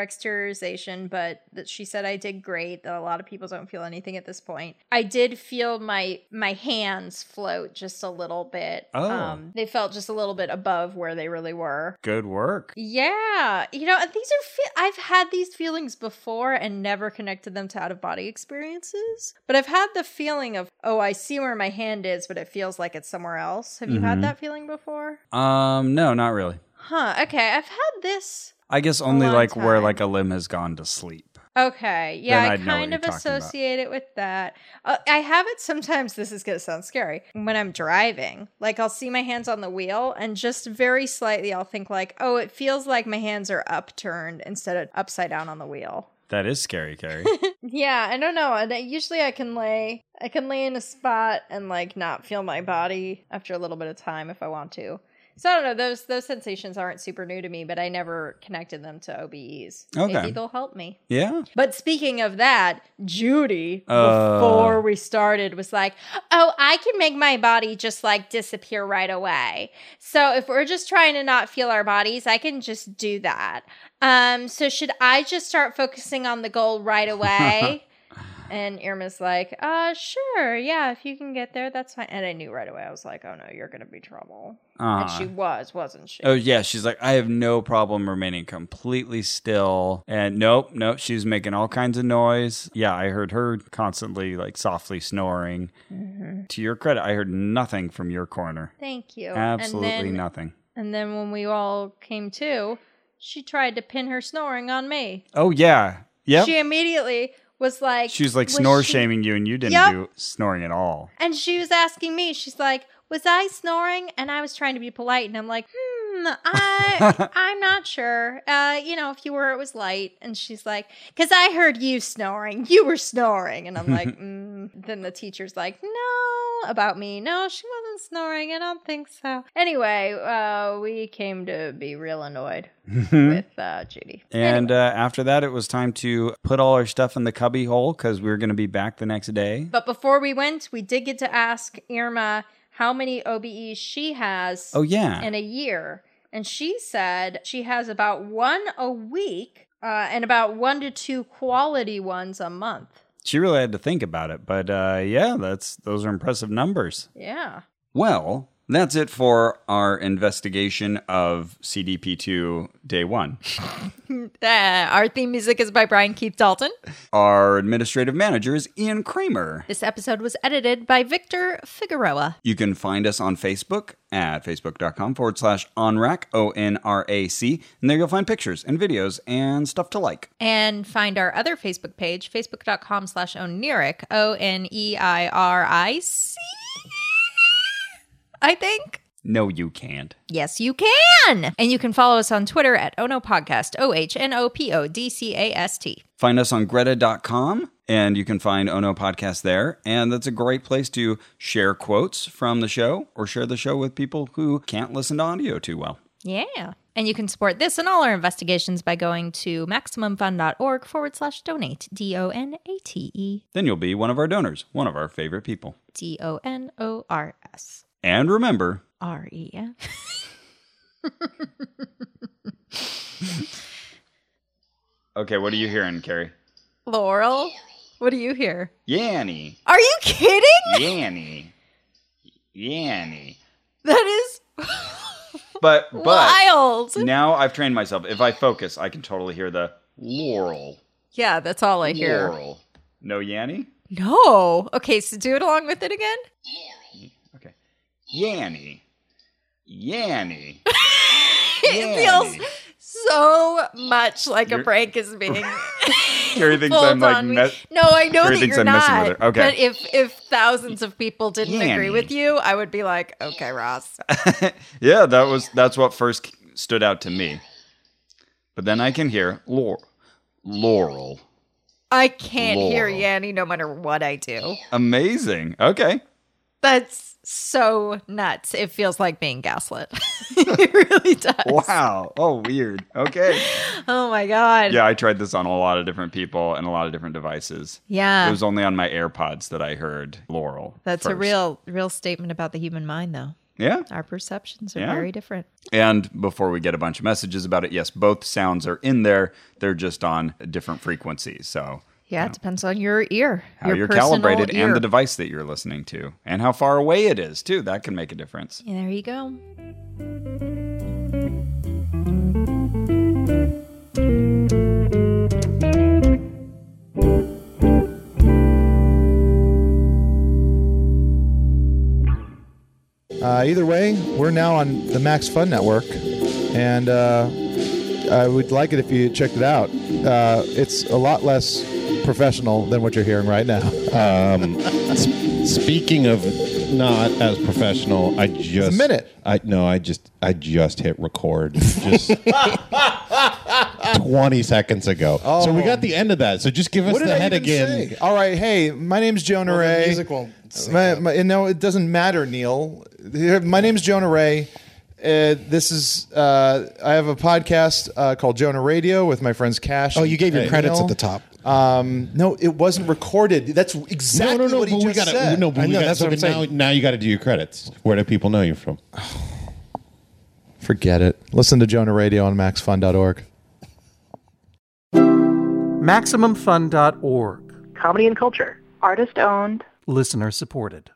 Speaker 3: exteriorization, but that she said I did great. That a lot of people don't feel anything at this point. I did feel my my hands float just a little bit. Um,
Speaker 2: Oh.
Speaker 3: they felt just a little bit above where they really were.
Speaker 2: Good work.
Speaker 3: Yeah, you know, and these are fe- I've had these feelings before and never connected them to out of body experiences. But I've had the feeling of, oh, I see where my hand is, but it feels like it's somewhere else. Have you
Speaker 2: Mm-hmm.
Speaker 3: had that feeling before?
Speaker 2: Um, no, not really.
Speaker 3: Huh. Okay, I've had this.
Speaker 2: I guess only
Speaker 3: long
Speaker 2: like where
Speaker 3: time.
Speaker 2: like a limb has gone to sleep.
Speaker 3: Okay, yeah,
Speaker 2: Then
Speaker 3: I
Speaker 2: I'd know what
Speaker 3: kind
Speaker 2: you're
Speaker 3: of
Speaker 2: talking about.
Speaker 3: associate it with that. Uh, I have it sometimes. This is gonna sound scary when I'm driving. Like I'll see my hands on the wheel, and just very slightly, I'll think like, oh, it feels like my hands are upturned instead of upside down on the wheel.
Speaker 2: That is scary, Carrie.
Speaker 3: Yeah, I don't know. And I- usually I can lay I can lay in a spot and like not feel my body after a little bit of time if I want to. So I don't know, those those sensations aren't super new to me, but I never connected them to OBEs.
Speaker 2: Okay.
Speaker 3: Maybe they'll help me.
Speaker 2: yeah.
Speaker 3: But speaking of that, Judy
Speaker 2: Uh.
Speaker 3: before we started was like, "Oh, I can make my body just like disappear right away. So if we're just trying to not feel our bodies, I can just do that. Um, so should I just start focusing on the goal right away?" And Irma's like, uh, sure, yeah, if you can get there, that's fine. And I knew right away. I was like, oh no, you're gonna be trouble. And
Speaker 2: Uh-huh.
Speaker 3: she was, wasn't she?
Speaker 2: Oh yeah, she's like, I have no problem remaining completely still. And nope, nope, she's making all kinds of noise. Yeah, I heard her constantly like softly snoring.
Speaker 3: Mm-hmm.
Speaker 2: To your credit, I heard nothing from your corner.
Speaker 3: Thank you.
Speaker 2: Absolutely
Speaker 3: Oh, and then,
Speaker 2: nothing.
Speaker 3: And then when we all came to, she tried to pin her snoring on me.
Speaker 2: Oh yeah. Yep.
Speaker 3: She immediately was like,
Speaker 2: she's like
Speaker 3: was
Speaker 2: snore
Speaker 3: she-
Speaker 2: shaming you and you didn't
Speaker 3: Yep.
Speaker 2: do snoring at all.
Speaker 3: And she was asking me, she's like, was I snoring? And I was trying to be polite, and I'm like, hmm, I, I'm not sure. Uh, you know, if you were, it was light. And she's like, because I heard you snoring. You were snoring. And I'm like, mm. then the teacher's like, no, about me. No, she wasn't snoring. I don't think so. Anyway, uh, we came to be real annoyed with uh, Judy.
Speaker 2: And uh, after that, it was time to put all our stuff in the cubby hole because we were going to be back the next day.
Speaker 3: But before we went, we did get to ask Irma how many OBEs she has.
Speaker 2: Oh yeah.
Speaker 3: in a year. And she said she has about one a week uh, and about one to two quality ones a month.
Speaker 2: she really had to think about it, but uh, yeah, that's those are impressive numbers.
Speaker 3: Yeah.
Speaker 2: Well, that's it for our investigation of CDP2 day one.
Speaker 1: Uh, our theme music is by Brian Keith Dalton.
Speaker 2: Our administrative manager is Ian Kramer.
Speaker 1: This episode was edited by Victor Figueroa.
Speaker 2: You can find us on Facebook at facebook.com forward slash onrac, O N R A C, and there you'll find pictures and videos and stuff to like.
Speaker 1: And find our other Facebook page, facebook.com slash Oniric, O N E I R I C. I think.
Speaker 2: No, you can't.
Speaker 1: Yes, you can. And you can follow us on Twitter at Ono Podcast, O H N O P O D C A S T.
Speaker 2: Find us on greta.com and you can find Ono Podcast there. And that's a great place to share quotes from the show or share the show with people who can't listen to audio too well.
Speaker 1: Yeah. And you can support this and all our investigations by going to MaximumFun.org forward slash donate, D O N A T E
Speaker 2: Then you'll be one of our donors, one of our favorite people.
Speaker 1: D O N O R S
Speaker 2: And remember,
Speaker 1: R E N.
Speaker 2: okay, what are you hearing, Carrie?
Speaker 1: Laurel, what do you hear?
Speaker 2: Yanny,
Speaker 1: Are you kidding?
Speaker 2: Yanny, Yanny.
Speaker 1: That is
Speaker 2: But but
Speaker 1: wild.
Speaker 2: now I've trained myself. If I focus, I can totally hear the Laurel,
Speaker 1: Yeah, that's all I hear.
Speaker 2: Laurel. No Yanny.
Speaker 1: No. Okay, so do it along with it again.
Speaker 2: Okay, Yanny, Yanny.
Speaker 1: It feels
Speaker 2: Yanny.
Speaker 1: so much like a
Speaker 2: You're-
Speaker 1: prank is being.
Speaker 2: Carrie thinks
Speaker 1: pulled
Speaker 2: I'm like
Speaker 1: on me.
Speaker 2: mess-
Speaker 1: no, I know
Speaker 2: Carrie
Speaker 1: that
Speaker 2: thinks
Speaker 1: you're
Speaker 2: I'm messing
Speaker 1: not.
Speaker 2: with her. Okay.
Speaker 1: But if if thousands of people didn't agree
Speaker 2: Yanny.
Speaker 1: with you, I would be like, okay, Ross.
Speaker 2: yeah, that was that's what first stood out to me. But then I can hear Laurel, Laurel.
Speaker 1: I can't hear
Speaker 2: Laurel.
Speaker 1: Yanny no matter what I do.
Speaker 2: Amazing. Okay.
Speaker 1: That's so nuts. It feels like being gaslit. it really does.
Speaker 2: Wow. Oh, weird. Okay.
Speaker 1: Oh my god.
Speaker 2: Yeah, I tried this on a lot of different people and a lot of different devices.
Speaker 1: Yeah.
Speaker 2: It was only on my AirPods that I heard Laurel.
Speaker 1: That's a
Speaker 2: first.
Speaker 1: real real statement about the human mind though.
Speaker 2: Yeah.
Speaker 1: Our perceptions are
Speaker 2: Yeah.
Speaker 1: very different.
Speaker 2: And before we get a bunch of messages about it, yes, both sounds are in there. They're just on different frequencies. So
Speaker 1: Yeah, it depends on your ear.
Speaker 2: how
Speaker 1: your
Speaker 2: you're
Speaker 1: personal
Speaker 2: calibrated
Speaker 1: ear.
Speaker 2: and the device that you're listening to and how far away it is, too. That can make a difference.
Speaker 1: There you go.
Speaker 6: Uh, either way, we're now on the Max Fun Network, and uh, I would like it if you checked it out. Uh, it's a lot less professional than what you're hearing right now.
Speaker 7: Speaking of not as professional, I just
Speaker 6: a minute.
Speaker 7: I no, I just I just hit record just twenty seconds ago. So we got the end of that. So just give us
Speaker 6: What did
Speaker 7: the
Speaker 6: I
Speaker 7: head
Speaker 6: even
Speaker 7: again.
Speaker 6: say? All right, hey, my name's Jonah
Speaker 8: the
Speaker 6: Ray.
Speaker 8: music won't sync
Speaker 6: My-
Speaker 8: up.
Speaker 6: my- no, it doesn't matter, Neil. Here- My name's Jonah Ray. Uh, this is uh, I have a podcast uh, called Jonah Radio with my friends Cash.
Speaker 8: Oh, you gave your
Speaker 6: and
Speaker 8: credits
Speaker 6: Neil.
Speaker 8: at the top.
Speaker 6: Um, no, it wasn't recorded. That's exactly
Speaker 7: no, no, no.
Speaker 6: what he
Speaker 7: but
Speaker 6: just
Speaker 7: we gotta,
Speaker 6: said.
Speaker 7: No, but
Speaker 8: I
Speaker 7: we
Speaker 8: know,
Speaker 7: gotta,
Speaker 8: that's what
Speaker 7: so
Speaker 8: I'm
Speaker 7: now,
Speaker 8: saying.
Speaker 7: now you got to do your credits. Where do people know you from?
Speaker 8: Forget it.
Speaker 6: Listen to Jonah Radio on maxfun.org.
Speaker 4: MaximumFun.org.
Speaker 8: comedy and culture. Artist owned.
Speaker 9: listener supported.